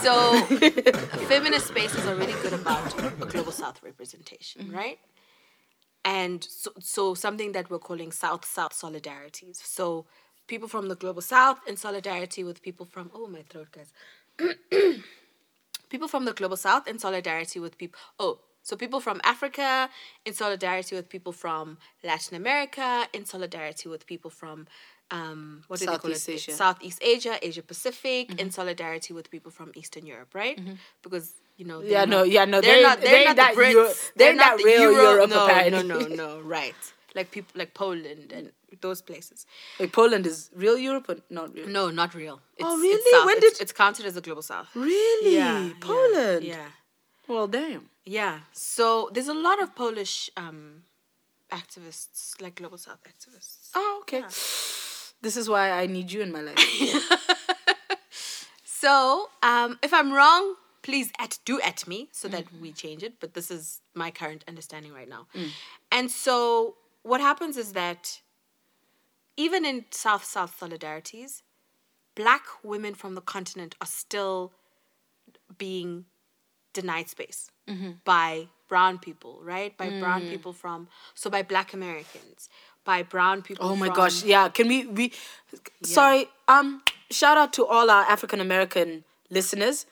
Speaker 2: So, feminist spaces are really good about a global South representation, right? And so, so, something that we're calling South South solidarities. So, people from the global South in solidarity with people from, oh, my throat, guys. people from the global South in solidarity with people, oh, so people from Africa in solidarity with people from Latin America, in solidarity with people from, um, what do they call
Speaker 1: Southeast
Speaker 2: it?
Speaker 1: Asia. Mm-hmm.
Speaker 2: Southeast Asia, Asia Pacific, in solidarity with people from Eastern Europe, right? Because you know, they're
Speaker 1: Yeah, no, yeah, no,
Speaker 2: They're,
Speaker 1: they-
Speaker 2: not. They're,
Speaker 1: they
Speaker 2: not
Speaker 1: that
Speaker 2: the Brits.
Speaker 1: Euro-
Speaker 2: they're,
Speaker 1: they
Speaker 2: not,
Speaker 1: that
Speaker 2: the
Speaker 1: real
Speaker 2: Euro.
Speaker 1: Europe,
Speaker 2: no,
Speaker 1: apparently.
Speaker 2: no, no, no. Right, like people, like Poland and those places.
Speaker 1: Wait, Poland is real Europe or not real?
Speaker 2: No, not real. It's,
Speaker 1: Oh,
Speaker 2: It's
Speaker 1: really?
Speaker 2: south.
Speaker 1: When
Speaker 2: It's-
Speaker 1: did-
Speaker 2: it's counted as the global south?
Speaker 1: Really, Poland.
Speaker 2: Yeah.
Speaker 1: Well, damn.
Speaker 2: Yeah. So there's a lot of Polish um, activists, like global south activists.
Speaker 1: Oh, okay. This is why I need you in my life.
Speaker 2: So, um, if I'm wrong, please at do at me so that
Speaker 1: Mm-hmm.
Speaker 2: we change it. But this is my current understanding right now.
Speaker 1: Mm.
Speaker 2: And so, what happens is that even in South South solidarities, Black women from the continent are still being denied space
Speaker 1: Mm-hmm.
Speaker 2: by brown people, right? By brown
Speaker 1: Mm.
Speaker 2: people from so by Black Americans, by brown people.
Speaker 1: Oh my
Speaker 2: from-
Speaker 1: gosh, yeah. Can we we sorry, um shout out to all our African American listeners.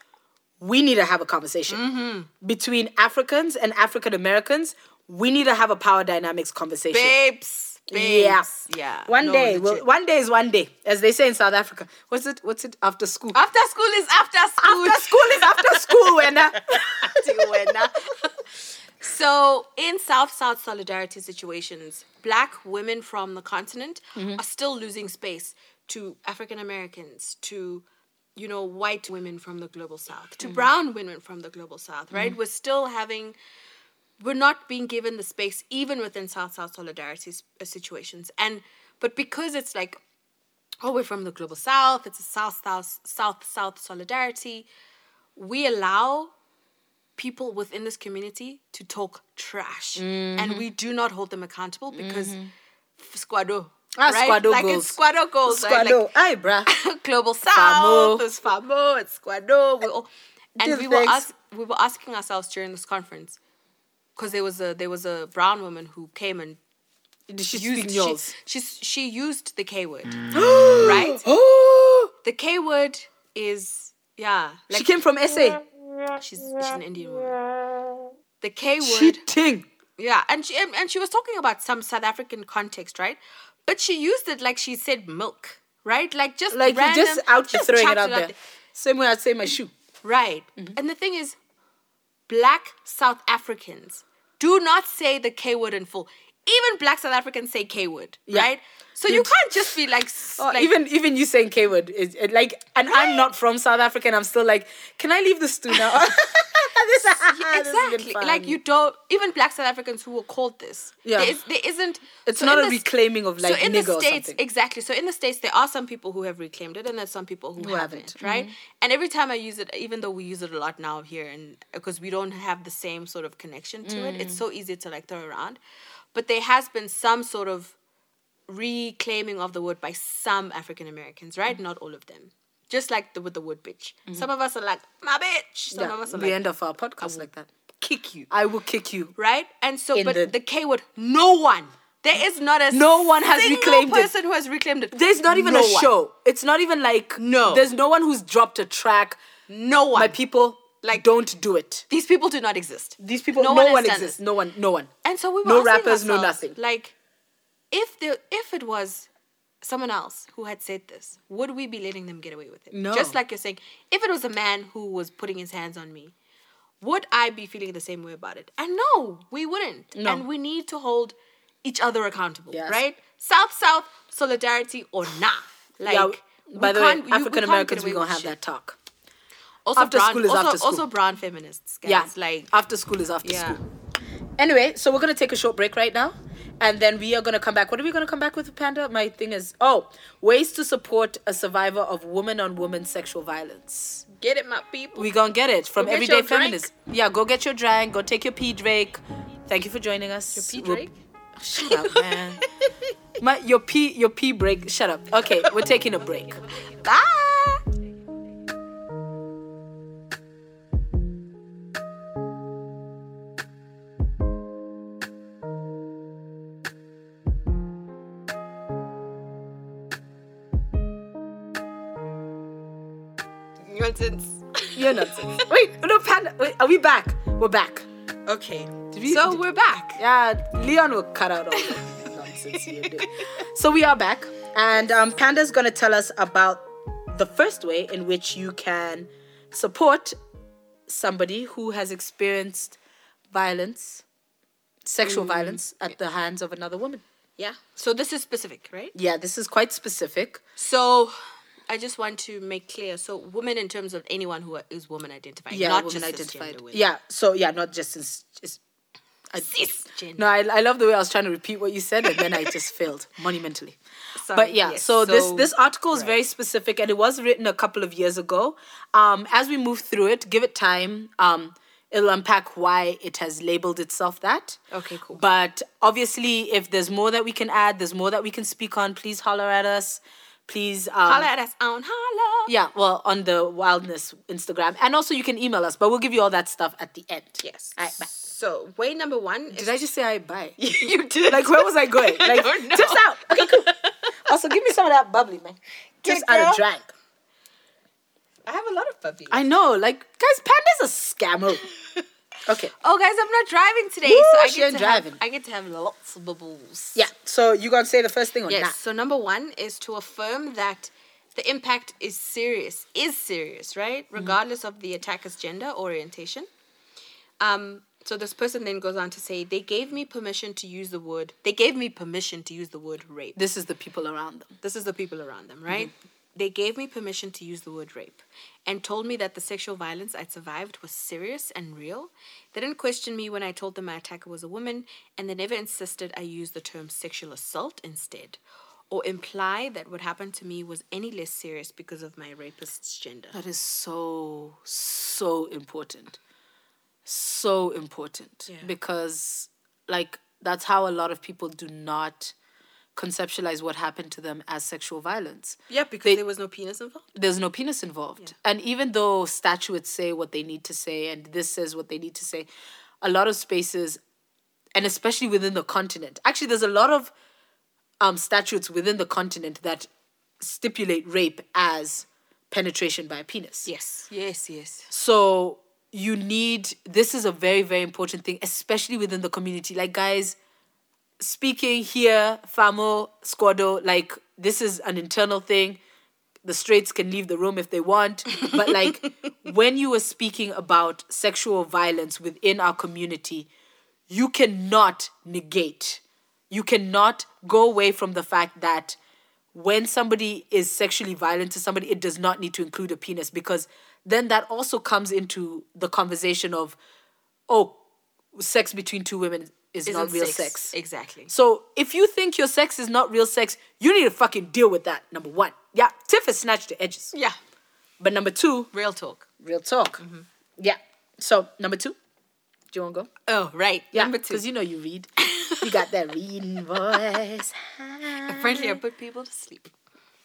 Speaker 1: we need to have a conversation
Speaker 2: Mm-hmm.
Speaker 1: between Africans and African Americans. We need to have a power dynamics conversation.
Speaker 2: Babes. babes.
Speaker 1: Yeah.
Speaker 2: Yeah.
Speaker 1: One
Speaker 2: No,
Speaker 1: day, we'll,
Speaker 2: legit.
Speaker 1: one day is one day, as they say in South Africa. What's it? What's it after school?
Speaker 2: After school is after school.
Speaker 1: After school is after school, uh, and
Speaker 2: So, in South South solidarity situations, black women from the continent
Speaker 1: Mm-hmm.
Speaker 2: are still losing space to African Americans, to you know, white women from the global south,
Speaker 1: Mm-hmm.
Speaker 2: to brown women from the global south, right? We're still having we're not being given the space even within South South solidarity s- uh, situations. And but because it's like oh, we're from the global south, it's a South South South South solidarity, we allow people within this community to talk trash
Speaker 1: Mm-hmm.
Speaker 2: and we do not hold them accountable because f- squado
Speaker 1: Ah,
Speaker 2: right?
Speaker 1: squado
Speaker 2: like
Speaker 1: goals.
Speaker 2: it's squado goals right?
Speaker 1: Squado, aye, bruh.
Speaker 2: like global
Speaker 1: Famo.
Speaker 2: south it's famo it's squado we all, and
Speaker 1: These
Speaker 2: we were
Speaker 1: things.
Speaker 2: ask, we were asking ourselves during this conference because there was a there was a brown woman who came and
Speaker 1: She's
Speaker 2: used
Speaker 1: speaking
Speaker 2: she,
Speaker 1: yours.
Speaker 2: she, she used the k word
Speaker 1: right? Oh,
Speaker 2: the K word is yeah. Like
Speaker 1: she came from SA.
Speaker 2: she's she's an Indian woman. The K word,
Speaker 1: Cheating.
Speaker 2: yeah, and she and, and she was talking about some South African context, right? But she used it like she said milk, right? Like just
Speaker 1: Like
Speaker 2: random,
Speaker 1: you're just out here throwing it
Speaker 2: chucked
Speaker 1: out there. Mm-hmm. Same way I'd say my shoe.
Speaker 2: right? And the thing is, black South Africans do not say the K word in full. Even black South Africans say K word,
Speaker 1: Yeah.
Speaker 2: right? So you can't just be like, s-
Speaker 1: Or
Speaker 2: like
Speaker 1: even even you saying K word is it like, and I'm not from South Africa, and I'm still like, can I leave the studio now? This-
Speaker 2: Yeah,
Speaker 1: Ah, this has been
Speaker 2: exactly. Like
Speaker 1: fun.
Speaker 2: you don't even black South Africans who were called this.
Speaker 1: Yeah.
Speaker 2: There, is, there isn't.
Speaker 1: it's
Speaker 2: so
Speaker 1: not
Speaker 2: in
Speaker 1: a
Speaker 2: the s-
Speaker 1: reclaiming of like
Speaker 2: so in
Speaker 1: nigger
Speaker 2: the
Speaker 1: or
Speaker 2: states
Speaker 1: something.
Speaker 2: exactly. So in the states there are some people who have reclaimed it and there's some people who, haven't,
Speaker 1: haven't. Mm-hmm.
Speaker 2: right? And every time I use it, even though we use it a lot now here and because we don't have the same sort of connection to it,
Speaker 1: Mm.
Speaker 2: it's so easy to like throw around. But there has been some sort of reclaiming of the word by some African Americans,
Speaker 1: Mm.
Speaker 2: right? Not all of them. Just like the, with the word bitch. Some of us are like, my bitch. Some
Speaker 1: Mm-hmm. yeah,
Speaker 2: of us are
Speaker 1: the
Speaker 2: like,
Speaker 1: end of our podcast like that.
Speaker 2: kick you
Speaker 1: I will kick you.
Speaker 2: right? And so,
Speaker 1: In
Speaker 2: but the,
Speaker 1: the-
Speaker 2: K word, no one. There is not a
Speaker 1: No one has
Speaker 2: single
Speaker 1: reclaimed it.
Speaker 2: person who has reclaimed it.
Speaker 1: There's not even
Speaker 2: No
Speaker 1: a
Speaker 2: one.
Speaker 1: show. It's not even like
Speaker 2: No.
Speaker 1: There's no one who's dropped a track.
Speaker 2: No one.
Speaker 1: My people like don't do it.
Speaker 2: These people do not exist.
Speaker 1: These people,
Speaker 2: No
Speaker 1: no,
Speaker 2: one
Speaker 1: one,
Speaker 2: has done
Speaker 1: exists.
Speaker 2: it.
Speaker 1: No one, no one.
Speaker 2: And so we were
Speaker 1: No
Speaker 2: asking
Speaker 1: rappers, no
Speaker 2: ourselves,
Speaker 1: nothing.
Speaker 2: Like, if the if it was someone else who had said this, would we be letting them get away with it?
Speaker 1: No.
Speaker 2: Just like you're saying, if it was a man who was putting his hands on me, would I be feeling the same way about it? And no, we wouldn't.
Speaker 1: No.
Speaker 2: And we need to hold each other accountable,
Speaker 1: Yes.
Speaker 2: right? South South solidarity or nah. Like
Speaker 1: yeah, by
Speaker 2: we
Speaker 1: the
Speaker 2: can't-
Speaker 1: way,
Speaker 2: you- we can't
Speaker 1: African Americans,
Speaker 2: get away
Speaker 1: we gonna
Speaker 2: with
Speaker 1: have
Speaker 2: shit.
Speaker 1: that talk.
Speaker 2: Also
Speaker 1: After
Speaker 2: brown,
Speaker 1: school is
Speaker 2: also,
Speaker 1: after school.
Speaker 2: Also brown feminists, guys.
Speaker 1: Yeah,
Speaker 2: Like
Speaker 1: after school is after
Speaker 2: yeah.
Speaker 1: school. Anyway, so we're gonna take a short break right now, and then we are gonna come back. What are we gonna come back with, Panda? My thing is, oh, ways to support a survivor of woman-on-woman sexual violence.
Speaker 2: Get it, my people.
Speaker 1: We gonna get it from
Speaker 2: Go get
Speaker 1: everyday
Speaker 2: your drink.
Speaker 1: feminists. Yeah, go get your drink. Go take your pee Drake. Thank you for joining us.
Speaker 2: Your pee
Speaker 1: We'll-
Speaker 2: Drake?
Speaker 1: Shut up, man. My, your pee, your pee break. Shut up. Okay, we're taking a break.
Speaker 2: Bye. Nonsense.
Speaker 1: You're nonsense. Wait, no, Panda. Wait, are we back? We're back.
Speaker 2: Okay.
Speaker 1: we-
Speaker 2: so
Speaker 1: did-
Speaker 2: we're back.
Speaker 1: Yeah, Leon will cut out all the nonsense you do. So we are back, and um, Panda's gonna tell us about the first way in which you can support somebody who has experienced violence, sexual violence at the hands of another woman.
Speaker 2: Yeah. So this is specific, right?
Speaker 1: Yeah, this is quite specific.
Speaker 2: So I just want to make clear. So women in terms of anyone who is woman identified,
Speaker 1: Yeah,
Speaker 2: not
Speaker 1: woman
Speaker 2: just
Speaker 1: identified.
Speaker 2: cisgender women.
Speaker 1: Yeah, so yeah, not just since. Just, I,
Speaker 2: Cisgender.
Speaker 1: no, I, I love the way I was trying to repeat what you said, and then I just failed monumentally.
Speaker 2: Sorry,
Speaker 1: but yeah,
Speaker 2: yes,
Speaker 1: so, this
Speaker 2: so-
Speaker 1: this article is very specific, and it was written a couple of years ago. Um, as we move through it, give it time. Um, it'll unpack why it has labeled itself that.
Speaker 2: Okay, cool.
Speaker 1: But obviously, if there's more that we can add, there's more that we can speak on. Please holler at us. Please um,
Speaker 2: Holla at us on holla.
Speaker 1: yeah, well, on the wildness Instagram, and also you can email us, but we'll give you all that stuff at the end.
Speaker 2: Yes.
Speaker 1: All right, bye.
Speaker 2: So way number one is
Speaker 1: Did I just say I bye?
Speaker 2: you did
Speaker 1: Like where was I going?
Speaker 2: I
Speaker 1: Like
Speaker 2: don't know.
Speaker 1: tips out. Okay, cool. Also, give me some of that bubbly, man. Tips
Speaker 2: girl.
Speaker 1: out of drink.
Speaker 2: I have a lot of puppies.
Speaker 1: I know, like guys, panda's a scammer. okay.
Speaker 2: oh, guys, I'm not driving today,
Speaker 1: Woo,
Speaker 2: so I
Speaker 1: she
Speaker 2: get
Speaker 1: ain't
Speaker 2: to have-
Speaker 1: driving.
Speaker 2: I get to have lots of bubbles.
Speaker 1: Yeah. So you gonna say the first thing on
Speaker 2: Yes.
Speaker 1: that?
Speaker 2: So number one is to affirm that the impact is serious, is serious, right? Regardless of the attacker's gender or orientation. Um, so this person then goes on to say, they gave me permission to use the word. They gave me permission to use the word rape.
Speaker 1: This is the people around them.
Speaker 2: This is the people around them, right? They gave me permission to use the word rape and told me that the sexual violence I survived was serious and real. They didn't question me when I told them my attacker was a woman, and they never insisted I use the term sexual assault instead or imply that what happened to me was any less serious because of my rapist's gender.
Speaker 1: That is so so important. So important
Speaker 2: Yeah.
Speaker 1: because like that's how a lot of people do not conceptualize what happened to them as sexual violence.
Speaker 2: Yeah, because
Speaker 1: They-
Speaker 2: there was no penis involved.
Speaker 1: there's no penis involved. And even though statutes say what they need to say and this says what they need to say, a lot of spaces, and especially within the continent, actually, there's a lot of um, statutes within the continent that stipulate rape as penetration by a penis.
Speaker 2: Yes. Yes, yes.
Speaker 1: So you need this is a very very important thing, especially within the community. Like guys, speaking here, famo squado, like this is an internal thing. The straights can leave the room if they want, but like when you were speaking about sexual violence within our community, you cannot negate. You cannot go away from the fact that when somebody is sexually violent to somebody, it does not need to include a penis because then that also comes into the conversation of, oh, sex between two women is not real sex.
Speaker 2: Exactly.
Speaker 1: So if you think your sex is not real sex, you need to fucking deal with that. Number one. Yeah, Tiff has snatched the edges.
Speaker 2: Yeah.
Speaker 1: But number two,
Speaker 2: Real talk.
Speaker 1: real talk. Yeah. So number two, do you want to go?
Speaker 2: Oh, right.
Speaker 1: Yeah,
Speaker 2: Number two.
Speaker 1: Because you know you read. you got that reading voice.
Speaker 2: Apparently, I put people to sleep.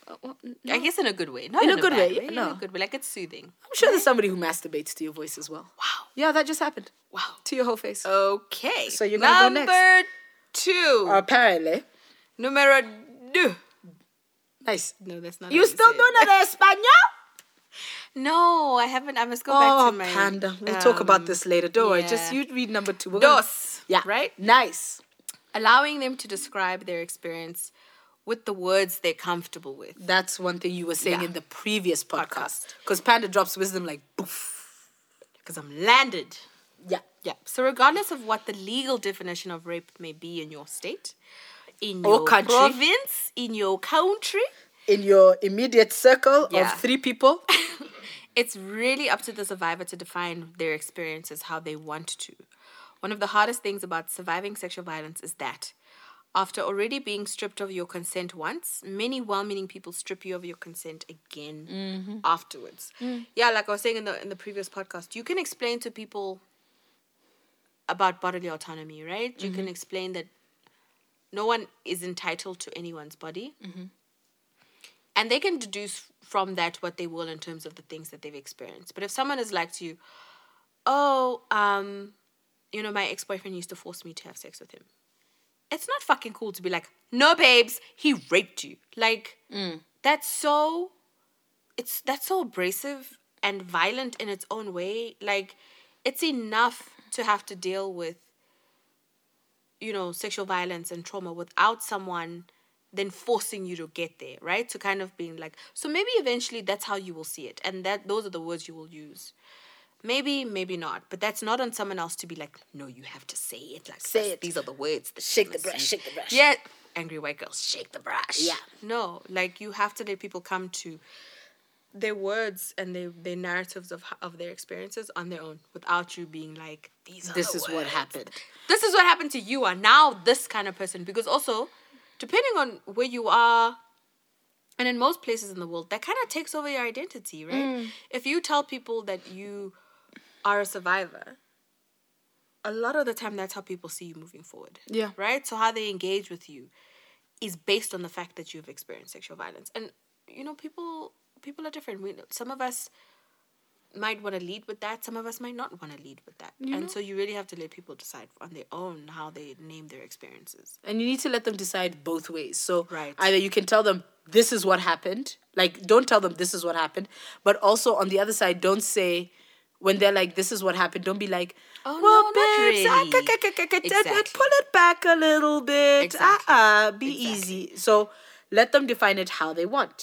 Speaker 1: Uh,
Speaker 2: I guess in a good way. Not
Speaker 1: In
Speaker 2: in,
Speaker 1: a good
Speaker 2: bad
Speaker 1: way, yeah,
Speaker 2: In
Speaker 1: no.
Speaker 2: a good way. Like it's soothing.
Speaker 1: I'm sure there's somebody who masturbates to your voice as well.
Speaker 2: Wow.
Speaker 1: Yeah, that just happened.
Speaker 2: Wow. Uh,
Speaker 1: To your whole face.
Speaker 2: Okay.
Speaker 1: So you're gonna go
Speaker 2: Number
Speaker 1: next. Uh,
Speaker 2: two.
Speaker 1: Apparently.
Speaker 2: Numero deux.
Speaker 1: Nice.
Speaker 2: No, that's not.
Speaker 1: You still doing that Espanol?
Speaker 2: No, I haven't. I must go
Speaker 1: Oh,
Speaker 2: back to my um,
Speaker 1: panda. We'll talk about this later. Don't worry. Just
Speaker 2: yeah.
Speaker 1: you read number two. We're gonna-
Speaker 2: Dos.
Speaker 1: Yeah.
Speaker 2: Right.
Speaker 1: Nice.
Speaker 2: Allowing them to describe their experience with the words they're comfortable with.
Speaker 1: That's one thing you were saying
Speaker 2: Yeah.
Speaker 1: in the previous podcast.
Speaker 2: Podcast.
Speaker 1: Because Panda drops wisdom like poof.
Speaker 2: Because I'm landed.
Speaker 1: Yeah.
Speaker 2: Yeah. So regardless of what the legal definition of rape may be in your state, in
Speaker 1: Or
Speaker 2: your
Speaker 1: country.
Speaker 2: province, in your country,
Speaker 1: In your immediate circle
Speaker 2: Yeah.
Speaker 1: of three people.
Speaker 2: it's really up to the survivor to define their experiences how they want to. One of the hardest things about surviving sexual violence is that after already being stripped of your consent once, many well-meaning people strip you of your consent again afterwards. Yeah, like I was saying in the in the previous podcast, you can explain to people about bodily autonomy, right? You can explain that no one is entitled to anyone's body. And they can deduce from that what they will in terms of the things that they've experienced. But if someone is like to you, oh, um, you know, my ex boyfriend used to force me to have sex with him. It's not fucking cool to be like, no, babes, he raped you. Like,
Speaker 1: Mm.
Speaker 2: that's so, it's that's so abrasive and violent in its own way. Like, it's enough to have to deal with you know, sexual violence and trauma without someone then forcing you to get there, right? To kind of being like, so maybe eventually that's how you will see it, and that those are the words you will use. Maybe, maybe not, but that's not on someone else to be like, no, you have to say it like
Speaker 1: Say
Speaker 2: this.
Speaker 1: it.
Speaker 2: These are the words. That you
Speaker 1: Shake the
Speaker 2: must
Speaker 1: brush,
Speaker 2: use."
Speaker 1: shake the brush.
Speaker 2: Yeah, angry white girls, shake the brush.
Speaker 1: Yeah.
Speaker 2: no, like you have to let people come to their words and their their narratives of of their experiences on their own without you being like, these are
Speaker 1: this
Speaker 2: the
Speaker 1: is what
Speaker 2: words
Speaker 1: happened.
Speaker 2: this is what happened to you are now this kind of person because also depending on where you are and in most places in the world that kind of takes over your identity right if you tell people that you are a survivor a lot of the time that's how people see you moving forward
Speaker 1: Yeah.
Speaker 2: right so how they engage with you is based on the fact that you've experienced sexual violence and you know people people are different we some of us might want to lead with that some of us might not want to lead with that and so you really have to let people decide on their own how they name their experiences
Speaker 1: And you need to let them decide both ways. So
Speaker 2: Right.
Speaker 1: either you can tell them this is what happened. Like, don't tell them this is what happened. But also on the other side, don't say when they're like, "This is what happened." Don't be like,
Speaker 2: Oh,
Speaker 1: "Well,
Speaker 2: no, not
Speaker 1: babes, ah,
Speaker 2: really."
Speaker 1: ca- ca- ca- ca- ca-
Speaker 2: Exactly.
Speaker 1: pull it back a little bit. Ah,
Speaker 2: Exactly.
Speaker 1: ah, be
Speaker 2: Exactly.
Speaker 1: easy." So let them define it how they want,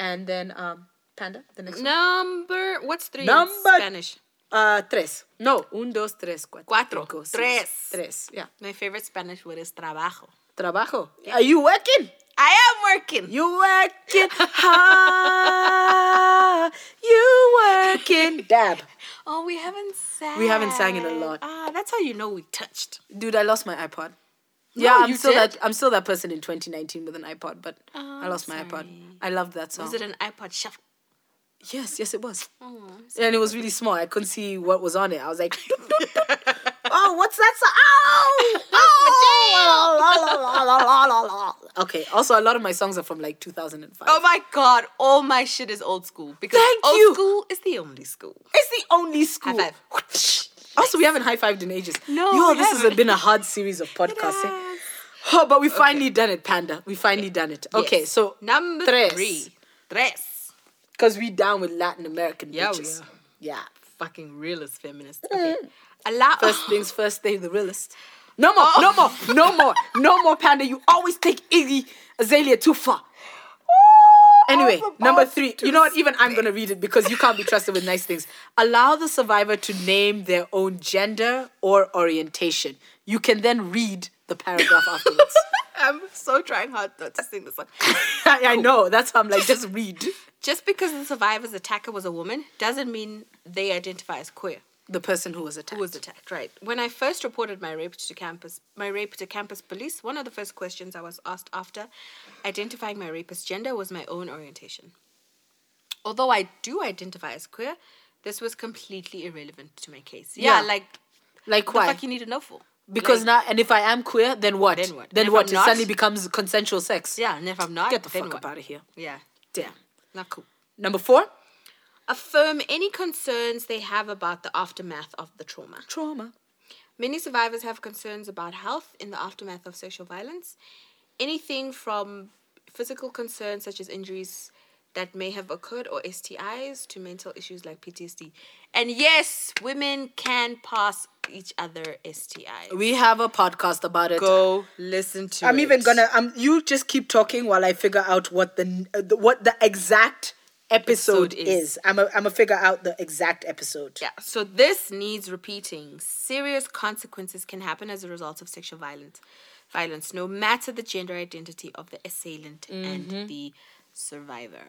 Speaker 1: and then um, panda the next one.
Speaker 2: Number what's three
Speaker 1: Number-
Speaker 2: in Spanish?
Speaker 1: Uh, tres. No, un, dos, tres, cuatro.
Speaker 2: Cuatro.
Speaker 1: cinco, seis.
Speaker 2: Tres.
Speaker 1: Tres. Yeah.
Speaker 2: My favorite Spanish word is trabajo.
Speaker 1: Trabajo. Are you working?
Speaker 2: I am working.
Speaker 1: You working hard. You working. Dab.
Speaker 2: Oh, we haven't sang.
Speaker 1: We haven't sang in a lot.
Speaker 2: Ah, that's how you know we touched.
Speaker 1: Dude, I lost my iPod.
Speaker 2: No,
Speaker 1: yeah, I'm
Speaker 2: you
Speaker 1: still
Speaker 2: did?
Speaker 1: that I'm still that person in 2019 with an iPod, but
Speaker 2: Oh,
Speaker 1: I lost my iPod.
Speaker 2: sorry.
Speaker 1: I loved that song.
Speaker 2: Was it an iPod shuffle?
Speaker 1: yes, yes it was.
Speaker 2: Oh,
Speaker 1: And it was really small. I couldn't see what was on it. I was like, "Doot, doot, doot." "Oh, what's that song? Oh, oh, la, la, la, la, la, la, la." Okay. Also, a lot of my songs are from like 2005.
Speaker 2: Oh my god, all my shit is old school because
Speaker 1: Thank
Speaker 2: old
Speaker 1: you.
Speaker 2: school is the only school.
Speaker 1: It's the only school.
Speaker 2: High
Speaker 1: Also, we haven't high fived in ages.
Speaker 2: No,
Speaker 1: Yo,
Speaker 2: we
Speaker 1: this has
Speaker 2: haven't.
Speaker 1: been a hard series of podcasting.
Speaker 2: Yes.
Speaker 1: Oh, but we finally done it, Panda. We finally done it. Okay,
Speaker 2: Yes.
Speaker 1: so
Speaker 2: number
Speaker 1: tres.
Speaker 2: three. Tres.
Speaker 1: because we down with Latin American
Speaker 2: Yeah, we
Speaker 1: bitches.
Speaker 2: are.
Speaker 1: Yeah.
Speaker 2: Fucking realist feminist. Okay. Allow
Speaker 1: Mm. First things first, they the realest. No more, no
Speaker 2: Oh.
Speaker 1: more, no more, no more, Panda. You always take Iggy Azalea too far. Anyway, number three. You know what? Even I'm gonna read it because you can't be trusted with nice things. Allow the survivor to name their own gender or orientation. You can then read the paragraph afterwards.
Speaker 2: I'm so trying hard not to sing this song.
Speaker 1: I, I know. That's how I'm like, just read.
Speaker 2: Just because the survivor's attacker was a woman doesn't mean they identify as queer.
Speaker 1: The person who was attacked.
Speaker 2: Who was attacked, right? When I first reported my rape to campus, my rape to campus police, one of the first questions I was asked after identifying my rapist's gender was my own orientation. Although I do identify as queer, this was completely irrelevant to my case. Yeah,
Speaker 1: Yeah.
Speaker 2: like
Speaker 1: like
Speaker 2: the
Speaker 1: why?
Speaker 2: fuck you need to know for?
Speaker 1: because
Speaker 2: Like,
Speaker 1: now, and if I am queer, then what?
Speaker 2: Then what?
Speaker 1: Then
Speaker 2: And if
Speaker 1: what?
Speaker 2: I'm
Speaker 1: It
Speaker 2: not?
Speaker 1: suddenly becomes consensual sex.
Speaker 2: yeah, and if I'm not,
Speaker 1: Get the
Speaker 2: then
Speaker 1: fuck
Speaker 2: what?
Speaker 1: up out of here.
Speaker 2: Yeah,
Speaker 1: Damn.
Speaker 2: not cool.
Speaker 1: Number four.
Speaker 2: Affirm any concerns they have about the aftermath of the trauma.
Speaker 1: Trauma.
Speaker 2: Many survivors have concerns about health in the aftermath of sexual violence. Anything from physical concerns such as injuries that may have occurred or STIs to mental issues like PTSD. And yes, women can pass each other STIs.
Speaker 1: We have a podcast about it.
Speaker 2: Go listen to
Speaker 1: I'm
Speaker 2: it.
Speaker 1: even gonna. Um, you just keep talking while I figure out what the, uh, the what the exact episode,
Speaker 2: Episode
Speaker 1: is.
Speaker 2: is.
Speaker 1: I'm a, I'm gonna figure out the exact episode.
Speaker 2: Yeah, so this needs repeating. Serious consequences can happen as a result of sexual violence, violence, no matter the gender identity of the assailant and the survivor.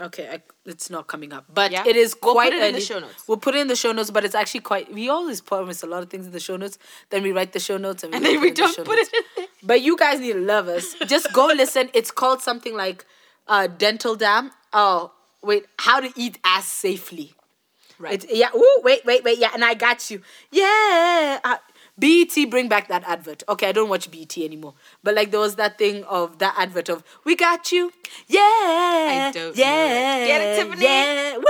Speaker 1: Okay, I, it's not coming up, but
Speaker 2: Yeah.
Speaker 1: it is
Speaker 2: We'll put
Speaker 1: quite
Speaker 2: it in the
Speaker 1: early.
Speaker 2: show notes.
Speaker 1: We'll put it in the show notes, but it's actually quite. We always promise a lot of things in the show notes. Then we write the show notes, and,
Speaker 2: And then
Speaker 1: put it
Speaker 2: we
Speaker 1: in the
Speaker 2: don't
Speaker 1: show
Speaker 2: put
Speaker 1: notes.
Speaker 2: it in there.
Speaker 1: But you guys need to love us. Just go listen. It's called something like uh, dental dam. Oh wait, how to eat ass safely.
Speaker 2: Right.
Speaker 1: It, yeah. Ooh, wait, wait, wait. Yeah, and I got you. Yeah. Uh, BT, bring back that advert. Okay, I don't watch BT anymore. But like there was that thing of that advert of we got you. Yeah. I
Speaker 2: don't
Speaker 1: yeah,
Speaker 2: know it. Get it, Tiffany?
Speaker 1: Yeah. Woo!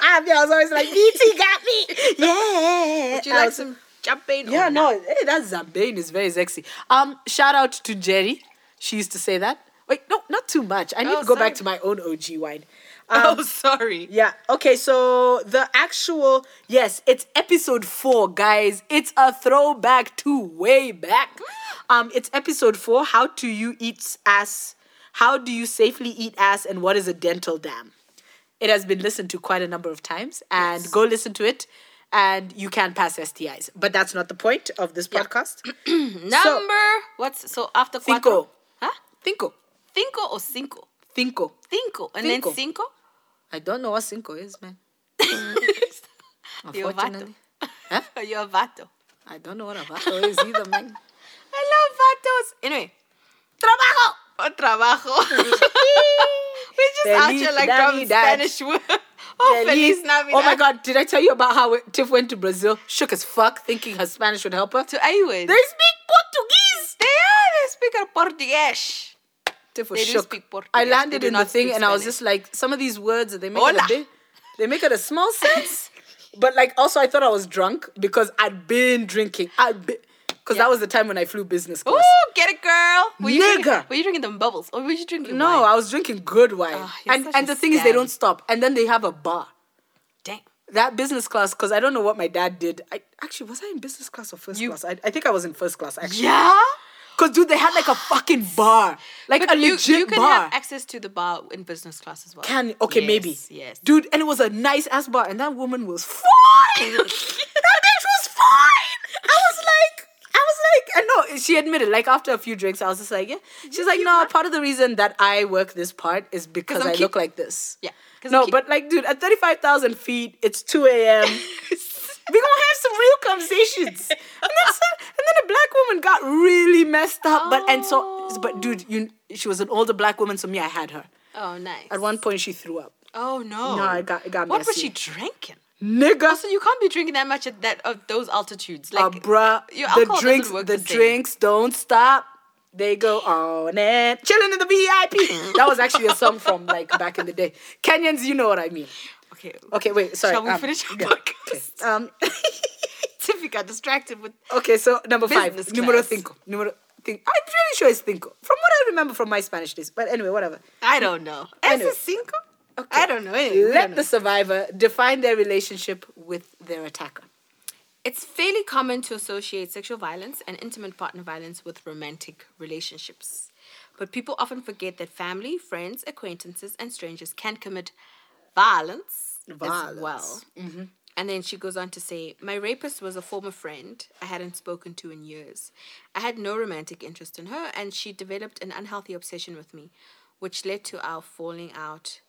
Speaker 1: I, I was always like BT got me. Yeah.
Speaker 2: Would you
Speaker 1: I
Speaker 2: like
Speaker 1: was-
Speaker 2: some Oh, jumping?
Speaker 1: yeah,
Speaker 2: or
Speaker 1: no, hey, that Zambane is very sexy. Um, shout out to Jerry. She used to say that. Wait, no, not too much. I need
Speaker 2: Oh,
Speaker 1: to go back
Speaker 2: sorry.
Speaker 1: to my own OG wine.
Speaker 2: not?
Speaker 1: Um,
Speaker 2: oh, sorry.
Speaker 1: yeah. Okay. So the actual yes, it's episode four, guys. It's a throwback to way back. Um, it's episode four. How do you eat ass? How do you safely eat ass? And what is a dental dam? It has been listened to quite a number of times, and go listen to it. And you can pass STIs, but that's not the point of this podcast.
Speaker 2: Number what's so after
Speaker 1: Cinco.
Speaker 2: cuatro? Huh?
Speaker 1: Cinco,
Speaker 2: Cinco or cinco?
Speaker 1: cinco.
Speaker 2: Cinco and
Speaker 1: Cinco.
Speaker 2: then cinco.
Speaker 1: I don't know what cinco is, man.
Speaker 2: You're a vato.
Speaker 1: Unfortunately, Huh?
Speaker 2: You're a vato.
Speaker 1: I don't know what a vato is either, man.
Speaker 2: I love vatos. Anyway, trabajo. Oh, trabajo. we just out
Speaker 1: Feliz
Speaker 2: here like dropping
Speaker 1: Navidad.
Speaker 2: Spanish word. Oh, Feliz, Navidad.
Speaker 1: Oh my God! Did I tell you about how Tiff went to Brazil, shook as fuck, thinking her Spanish would help her?
Speaker 2: To Ayuan.
Speaker 1: They speak Portuguese.
Speaker 2: They are. They speak a Portuguese.
Speaker 1: Tiff was
Speaker 2: They do
Speaker 1: shook.
Speaker 2: speak Portuguese.
Speaker 1: I
Speaker 2: They
Speaker 1: landed
Speaker 2: do
Speaker 1: in the
Speaker 2: not
Speaker 1: thing,
Speaker 2: speak
Speaker 1: and I was
Speaker 2: Spanish.
Speaker 1: just like, some of these words they make it
Speaker 2: Hola.
Speaker 1: a big, they make it a small sense. but like, also I thought I was drunk because I'd been drinking. I be, because
Speaker 2: Yeah.
Speaker 1: that was the time when I flew business
Speaker 2: Ooh,
Speaker 1: class.
Speaker 2: get it, girl. Were you, drinking,
Speaker 1: Nigga.
Speaker 2: were you drinking them bubbles? Or were you drinking
Speaker 1: No,
Speaker 2: wine?
Speaker 1: I was drinking good wine.
Speaker 2: Ah, you're
Speaker 1: and
Speaker 2: such
Speaker 1: and
Speaker 2: a
Speaker 1: the thing is, they
Speaker 2: stan.
Speaker 1: don't stop. And then they have a bar.
Speaker 2: Damn.
Speaker 1: That business class, because I don't know what my dad did. I actually was I in business class or first
Speaker 2: You-
Speaker 1: class. I, I think I was in first class actually.
Speaker 2: Yeah?
Speaker 1: Cause dude, they had like a fucking bar, like
Speaker 2: But
Speaker 1: a
Speaker 2: you,
Speaker 1: legit
Speaker 2: you can
Speaker 1: bar.
Speaker 2: have access to the bar in business class as well.
Speaker 1: Can okay,
Speaker 2: Yes,
Speaker 1: maybe.
Speaker 2: Yes.
Speaker 1: Dude, and it was a nice ass bar, and that woman was fine. that bitch was fine. I was like, I was like, I know she admitted. Like after a few drinks, I was just like, yeah. She's like, no. Part of the reason that I work this part is because
Speaker 2: I'm
Speaker 1: I
Speaker 2: cute."
Speaker 1: look like this.
Speaker 2: Yeah. 'cause
Speaker 1: No,
Speaker 2: you-
Speaker 1: but like, dude, at thirty five thousand feet, it's two a.m. we gonna have some real conversations. And, that's, and then a black woman got really messed up. But and so, but dude, you, she was an older black woman, so me, I had her.
Speaker 2: oh, nice.
Speaker 1: At one point, she threw up.
Speaker 2: Oh, no.
Speaker 1: No, it got- it got
Speaker 2: What was
Speaker 1: messy.
Speaker 2: she drinking?
Speaker 1: Nigga,
Speaker 2: So you can't be drinking that much at that of those altitudes.
Speaker 1: uh,
Speaker 2: Like,
Speaker 1: bruh,
Speaker 2: your
Speaker 1: the
Speaker 2: alcohol
Speaker 1: drinks,
Speaker 2: doesn't work
Speaker 1: the
Speaker 2: the same.
Speaker 1: drinks don't stop. They go on and chilling in the VIP. that was actually a song from like back in the day. Kenyans, you know what I mean.
Speaker 2: okay.
Speaker 1: Okay, wait, sorry. um,
Speaker 2: Shall we finish our podcast?
Speaker 1: Okay. Um,
Speaker 2: Tiffy got distracted with.
Speaker 1: okay, so number five,
Speaker 2: Business
Speaker 1: numero
Speaker 2: class.
Speaker 1: cinco, numero. Think, I'm pretty sure it's cinco. From what I remember from my Spanish days, but anyway, whatever.
Speaker 2: I don't know.
Speaker 1: Anyway.
Speaker 2: Is it cinco? I don't know. Anyway, we don't
Speaker 1: Let
Speaker 2: know.
Speaker 1: the survivor define their relationship with their attacker.
Speaker 2: It's fairly common to associate sexual violence and intimate partner violence with romantic relationships. But people often forget that family, friends, acquaintances, and strangers can commit violence, as
Speaker 1: Violence.
Speaker 2: well. And then she goes on to say, My rapist was a former friend I hadn't spoken to in years. I had no romantic interest in her, and she developed an unhealthy obsession with me, which led to our falling out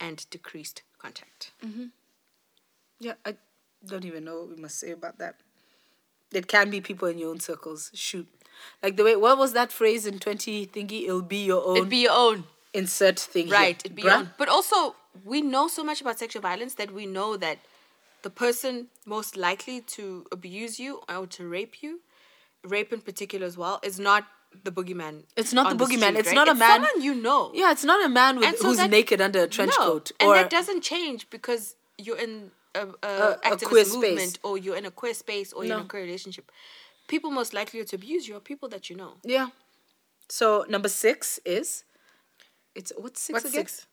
Speaker 2: and decreased contact.
Speaker 1: Yeah, I don't even know what we must say about that. It can be people in your own circles. Shoot. Like the way, what was that phrase in 20 thingy? It'll be your own
Speaker 2: It'd be your own.
Speaker 1: insert thing.
Speaker 2: Right,
Speaker 1: Here.
Speaker 2: it'd be
Speaker 1: Bruh.
Speaker 2: on. But also, we know so much about sexual violence that we know that the person most likely to abuse you or to rape you, rape in particular as well, is not the boogeyman.
Speaker 1: It's not
Speaker 2: on
Speaker 1: the boogeyman.
Speaker 2: street,
Speaker 1: It's
Speaker 2: right?
Speaker 1: not a man-
Speaker 2: Someone you know.
Speaker 1: Yeah, it's not a man with,
Speaker 2: And so
Speaker 1: who's
Speaker 2: that-
Speaker 1: naked under a trench
Speaker 2: No,
Speaker 1: coat.
Speaker 2: and
Speaker 1: or
Speaker 2: that doesn't change because you're in a, a,
Speaker 1: a
Speaker 2: activist
Speaker 1: queer
Speaker 2: movement
Speaker 1: space.
Speaker 2: or you're in a queer space or you're in
Speaker 1: No.
Speaker 2: a queer relationship. People most likely to abuse you are people that you know.
Speaker 1: Yeah. So number six is. It's what's six
Speaker 2: What's
Speaker 1: again?
Speaker 2: six?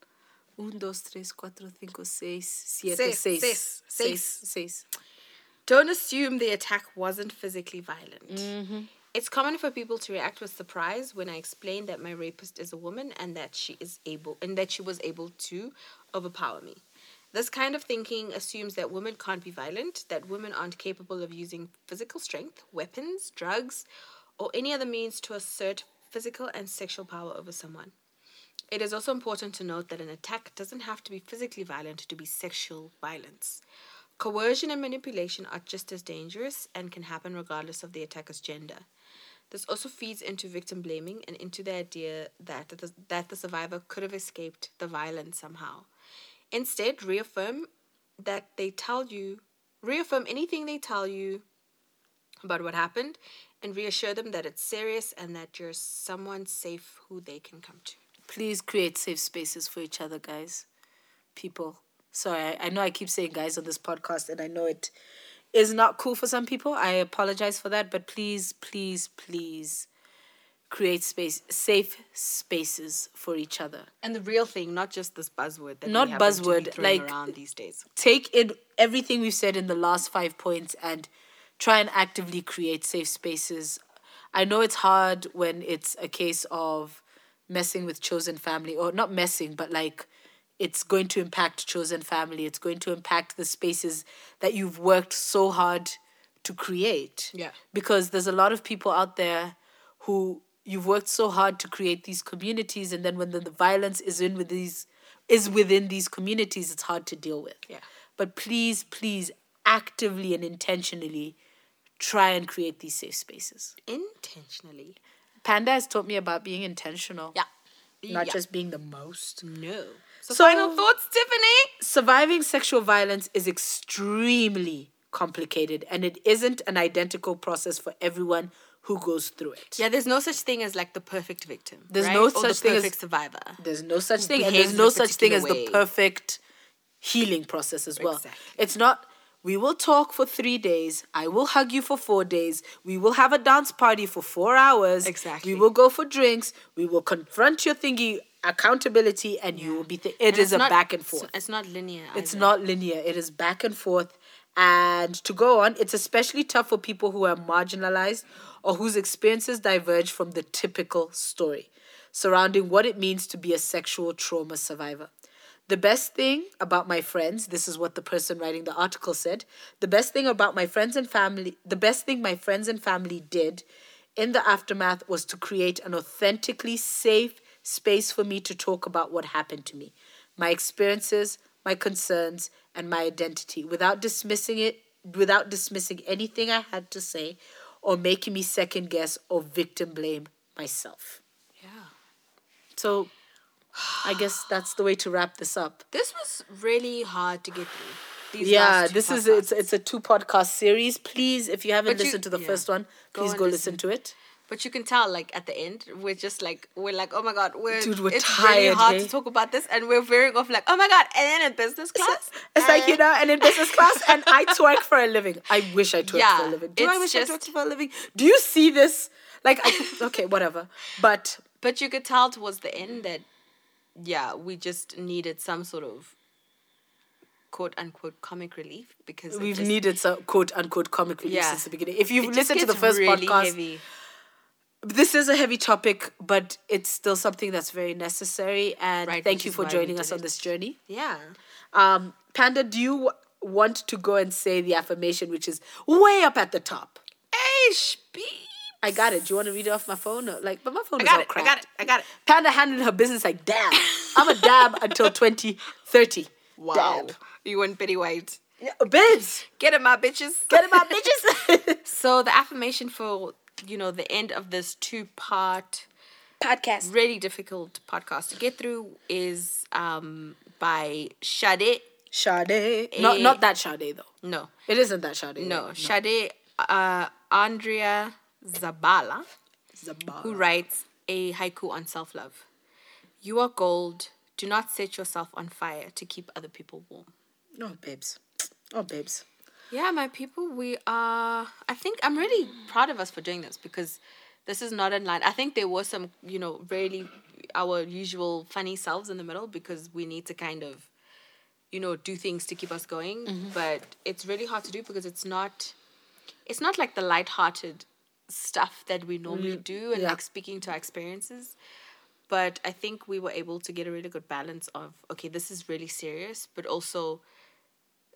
Speaker 1: Un, dos, tres, cuatro, cinco, seis, siete,
Speaker 2: Seis,
Speaker 1: seis.
Speaker 2: seis,
Speaker 1: Seis,
Speaker 2: seis.
Speaker 1: seis.
Speaker 2: Don't assume the attack wasn't physically violent. It's common for people to react with surprise when I explain that my rapist is a woman and that she is able and that she was able to overpower me. This kind of thinking assumes that women can't be violent, that women aren't capable of using physical strength, weapons, drugs, or any other means to assert physical and sexual power over someone. It is also important to note that an attack doesn't have to be physically violent to be sexual violence. Coercion and manipulation are just as dangerous and can happen regardless of the attacker's gender. This also feeds into victim blaming and into the idea that the, that the survivor could have escaped the violence somehow. Instead, reaffirm that they tell you, reaffirm anything they tell you about what happened and reassure them that it's serious and that you're someone safe who they can come to.
Speaker 1: please create safe spaces for each other, guys. People. Sorry, I, I know I keep saying guys on this podcast, and I know it is not cool for some people. I apologize for that, but please, please, please create space, safe spaces for each other.
Speaker 2: And the real thing, not just this buzzword that we
Speaker 1: Not
Speaker 2: happen to be
Speaker 1: buzzword,
Speaker 2: throwing
Speaker 1: like-
Speaker 2: around these days.
Speaker 1: Take in everything we've said in the last five points and try and actively create safe spaces. I know it's hard when it's a case of messing with chosen family, or not messing, but like it's going to impact chosen family. It's going to impact the spaces that you've worked so hard to create.
Speaker 2: Yeah.
Speaker 1: Because there's a lot of people out there who you've worked so hard to create these communities, and then when the, the violence is in with these is within these communities, it's hard to deal with.
Speaker 2: Yeah.
Speaker 1: But please, please, actively and intentionally try and create these safe spaces.
Speaker 2: Intentionally.
Speaker 1: Panda has taught me about being intentional. Not
Speaker 2: Yeah.
Speaker 1: just being the most.
Speaker 2: No. So,
Speaker 1: So-
Speaker 2: final thoughts, Tiffany?
Speaker 1: surviving sexual violence is extremely complicated and it isn't an identical process for everyone who goes through it.
Speaker 2: Yeah, there's no such thing as like the perfect victim.
Speaker 1: There's
Speaker 2: right?
Speaker 1: no
Speaker 2: or the
Speaker 1: such thing as-
Speaker 2: perfect survivor.
Speaker 1: There's no such thing and
Speaker 2: behaves
Speaker 1: there's
Speaker 2: in a
Speaker 1: no such thing as
Speaker 2: particular
Speaker 1: the
Speaker 2: way.
Speaker 1: perfect healing process as well.
Speaker 2: Exactly.
Speaker 1: It's not We will talk for three days. I will hug you for four days. We will have a dance party for four hours.
Speaker 2: Exactly.
Speaker 1: We will go for drinks. We will confront your thingy accountability, and you will be. Th- it
Speaker 2: And
Speaker 1: is
Speaker 2: it's
Speaker 1: a
Speaker 2: not-
Speaker 1: back and
Speaker 2: it's-
Speaker 1: forth.
Speaker 2: It's, not linear.
Speaker 1: It's
Speaker 2: either.
Speaker 1: not linear. It is back and forth. And to go on, it's especially tough for people who are marginalized or whose experiences diverge from the typical story surrounding what it means to be a sexual trauma survivor. The best thing about my friends, this is what the person writing the article said, the best thing about my friends and family, the best thing my friends and family did in the aftermath was to create an authentically safe space for me to talk about what happened to me, my experiences, my concerns, and my identity without dismissing it, without dismissing anything I had to say or making me second guess or victim blame myself.
Speaker 2: Yeah.
Speaker 1: So I guess that's the way to wrap this up.
Speaker 2: This was really hard to get through. These
Speaker 1: Yeah,
Speaker 2: last two
Speaker 1: this is
Speaker 2: podcasts.
Speaker 1: it's it's a two podcast series. Please, if you haven't
Speaker 2: But you-
Speaker 1: listened to the
Speaker 2: yeah.
Speaker 1: first one,
Speaker 2: Go
Speaker 1: please
Speaker 2: and
Speaker 1: go
Speaker 2: listen.
Speaker 1: listen to it.
Speaker 2: But you can tell, like at the end, we're just like we're like, oh my god, we're
Speaker 1: Dude, we're
Speaker 2: it's really
Speaker 1: tired,
Speaker 2: hard
Speaker 1: hey?
Speaker 2: to talk about this, and we're veering off like, oh my god, and then in business class,
Speaker 1: It's like, you
Speaker 2: and-
Speaker 1: know, and in business class, and I twerk for a living. I wish I twerked for
Speaker 2: Yeah,
Speaker 1: a living. Do I
Speaker 2: it's
Speaker 1: wish I
Speaker 2: just-
Speaker 1: twerked for a living? Do you see this? Like, I, okay, whatever. But
Speaker 2: But you could tell towards the end that, yeah, we just needed some sort of quote unquote comic relief because it
Speaker 1: we've
Speaker 2: just-
Speaker 1: needed some quote unquote comic relief
Speaker 2: Yeah.
Speaker 1: since the beginning. If you've
Speaker 2: it just
Speaker 1: listened to the
Speaker 2: gets
Speaker 1: first
Speaker 2: really
Speaker 1: podcast,
Speaker 2: heavy.
Speaker 1: this is a heavy topic, but it's still something that's very necessary. And
Speaker 2: Right,
Speaker 1: thank
Speaker 2: which
Speaker 1: you
Speaker 2: is
Speaker 1: for
Speaker 2: why we
Speaker 1: joining
Speaker 2: did
Speaker 1: us on
Speaker 2: it.
Speaker 1: this journey.
Speaker 2: Yeah,
Speaker 1: Um, Panda, do you w- want to go and say the affirmation, which is way up at the top?
Speaker 2: Aish, beep.
Speaker 1: I got it. Do you want to read it off my phone? Or, like, but my phone
Speaker 2: I
Speaker 1: is all
Speaker 2: got it. I
Speaker 1: cracked.
Speaker 2: got it. I got it.
Speaker 1: Panda handled her business like, damn, I'm a dab until 2030.
Speaker 2: Wow, you went Betty White.
Speaker 1: Bids,
Speaker 2: Get in my bitches.
Speaker 1: get in my bitches.
Speaker 2: So the affirmation for you know the end of this two part
Speaker 1: Podcast.
Speaker 2: really difficult podcast to get through is um by Sade.
Speaker 1: Sade. Not, not that Sade, though.
Speaker 2: No,
Speaker 1: It isn't that Sade.
Speaker 2: no, Sade uh, Andrea Zabala, who
Speaker 1: Zabara.
Speaker 2: writes a haiku on self love. You are gold. Do not set yourself on fire to keep other people warm.
Speaker 1: Oh, babes. Oh, babes.
Speaker 2: Yeah, my people, we are. I think I'm really proud of us for doing this because this is not in line. I think there were some, you know, really our usual funny selves in the middle because we need to kind of, you know, do things to keep us going.
Speaker 1: Mm-hmm.
Speaker 2: But it's really hard to do because it's not, it's not like the lighthearted stuff that we normally do and
Speaker 1: Mm, yeah.
Speaker 2: like speaking to our experiences. But I think we were able to get a really good balance of okay, this is really serious, but also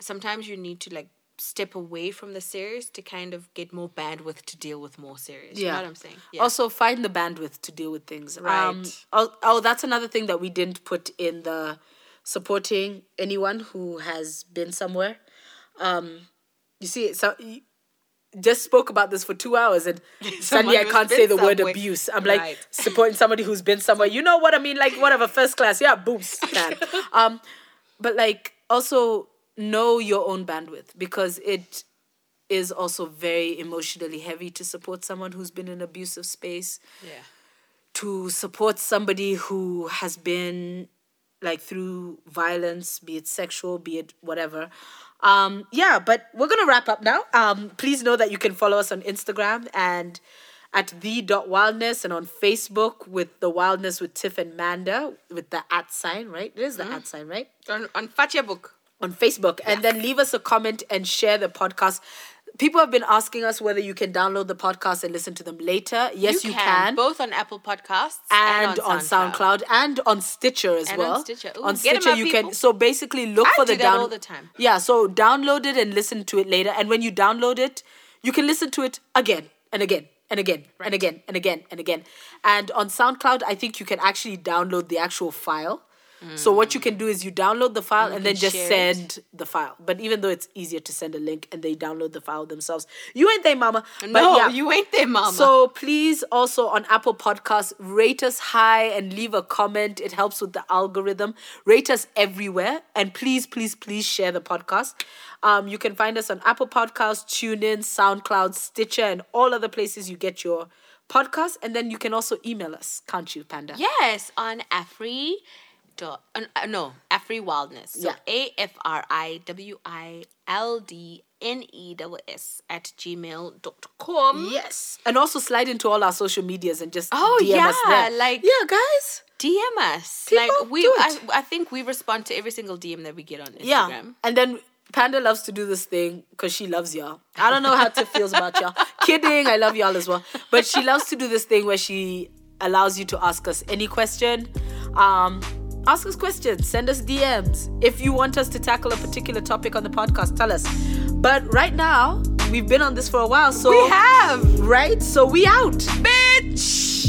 Speaker 2: sometimes you need to like step away from the serious to kind of get more bandwidth to deal with more serious. You know what I'm saying? Yeah.
Speaker 1: Also, find the bandwidth to deal with things. Um,
Speaker 2: Right.
Speaker 1: oh, oh, that's another thing that we didn't put in the supporting anyone who has been somewhere. Um, you see, so you just spoke about this for two hours, and suddenly I
Speaker 2: who's
Speaker 1: can't
Speaker 2: been
Speaker 1: say the word
Speaker 2: somewhere.
Speaker 1: abuse. I'm like
Speaker 2: Right.
Speaker 1: supporting somebody who's been somewhere. You know what I mean? Like whatever, first class. Yeah, boobs, man. um, but like also know your own bandwidth because it is also very emotionally heavy to support someone who's been in an abusive space
Speaker 2: yeah.
Speaker 1: to support somebody who has been like through violence be it sexual be it whatever um yeah but we're gonna wrap up now um please know that you can follow us on instagram and at the dot wildness and on facebook with the wildness with tiff and manda with the at sign right it is the at sign right
Speaker 2: On on Fatia book.
Speaker 1: on Facebook and then leave us a comment and share the podcast. People have been asking us whether you can download the podcast and listen to them later. Yes, you, can.
Speaker 2: Both on Apple Podcasts
Speaker 1: And, on, SoundCloud. and on Stitcher as
Speaker 2: And on
Speaker 1: well.
Speaker 2: Stitcher. Ooh,
Speaker 1: on
Speaker 2: get 'em
Speaker 1: Stitcher,
Speaker 2: up,
Speaker 1: you
Speaker 2: people.
Speaker 1: can. So basically, look
Speaker 2: I
Speaker 1: for the
Speaker 2: do that
Speaker 1: down.
Speaker 2: all the time.
Speaker 1: Yeah, so download it and listen to it later. And when you download it, you can listen to it again and again and again and again and again and again. And on SoundCloud, I think you can actually download the actual file. So what you can do is you download the file and then
Speaker 2: can
Speaker 1: just
Speaker 2: share it.
Speaker 1: send the file. But even though it's easier to send a link and they download the file themselves, you ain't they, mama. But
Speaker 2: No,
Speaker 1: yeah.
Speaker 2: you ain't there, mama.
Speaker 1: So please also on Apple Podcasts, rate us high and leave a comment. It helps with the algorithm. Rate us everywhere. And please, please, please share the podcast. Um, you can find us on Apple Podcasts, TuneIn, SoundCloud, Stitcher, and all other places you get your podcast. And then you can also email us, can't you, Panda?
Speaker 2: yes, on Afri dot uh, no, Af Free Wildness. So
Speaker 1: Yeah.
Speaker 2: A F R I W I L D N E W S at gmail.com.
Speaker 1: Yes. And also slide into all our social medias and just
Speaker 2: Oh,
Speaker 1: DM us
Speaker 2: yeah,
Speaker 1: there.
Speaker 2: like-
Speaker 1: yeah, guys.
Speaker 2: DM us.
Speaker 1: People,
Speaker 2: like we
Speaker 1: do
Speaker 2: I,
Speaker 1: it.
Speaker 2: I think we respond to every single DM that we get on Instagram.
Speaker 1: Yeah. And then Panda loves to do this thing because she loves y'all. I don't know how Tiff feels about y'all. Kidding, I love y'all as well. But she loves to do this thing where she allows you to ask us any question. Um, ask us questions, send us DMs. If you want us to tackle a particular topic on the podcast, tell us. But right now, we've been on this for a while, so
Speaker 2: We have
Speaker 1: right? So we out. Bitch!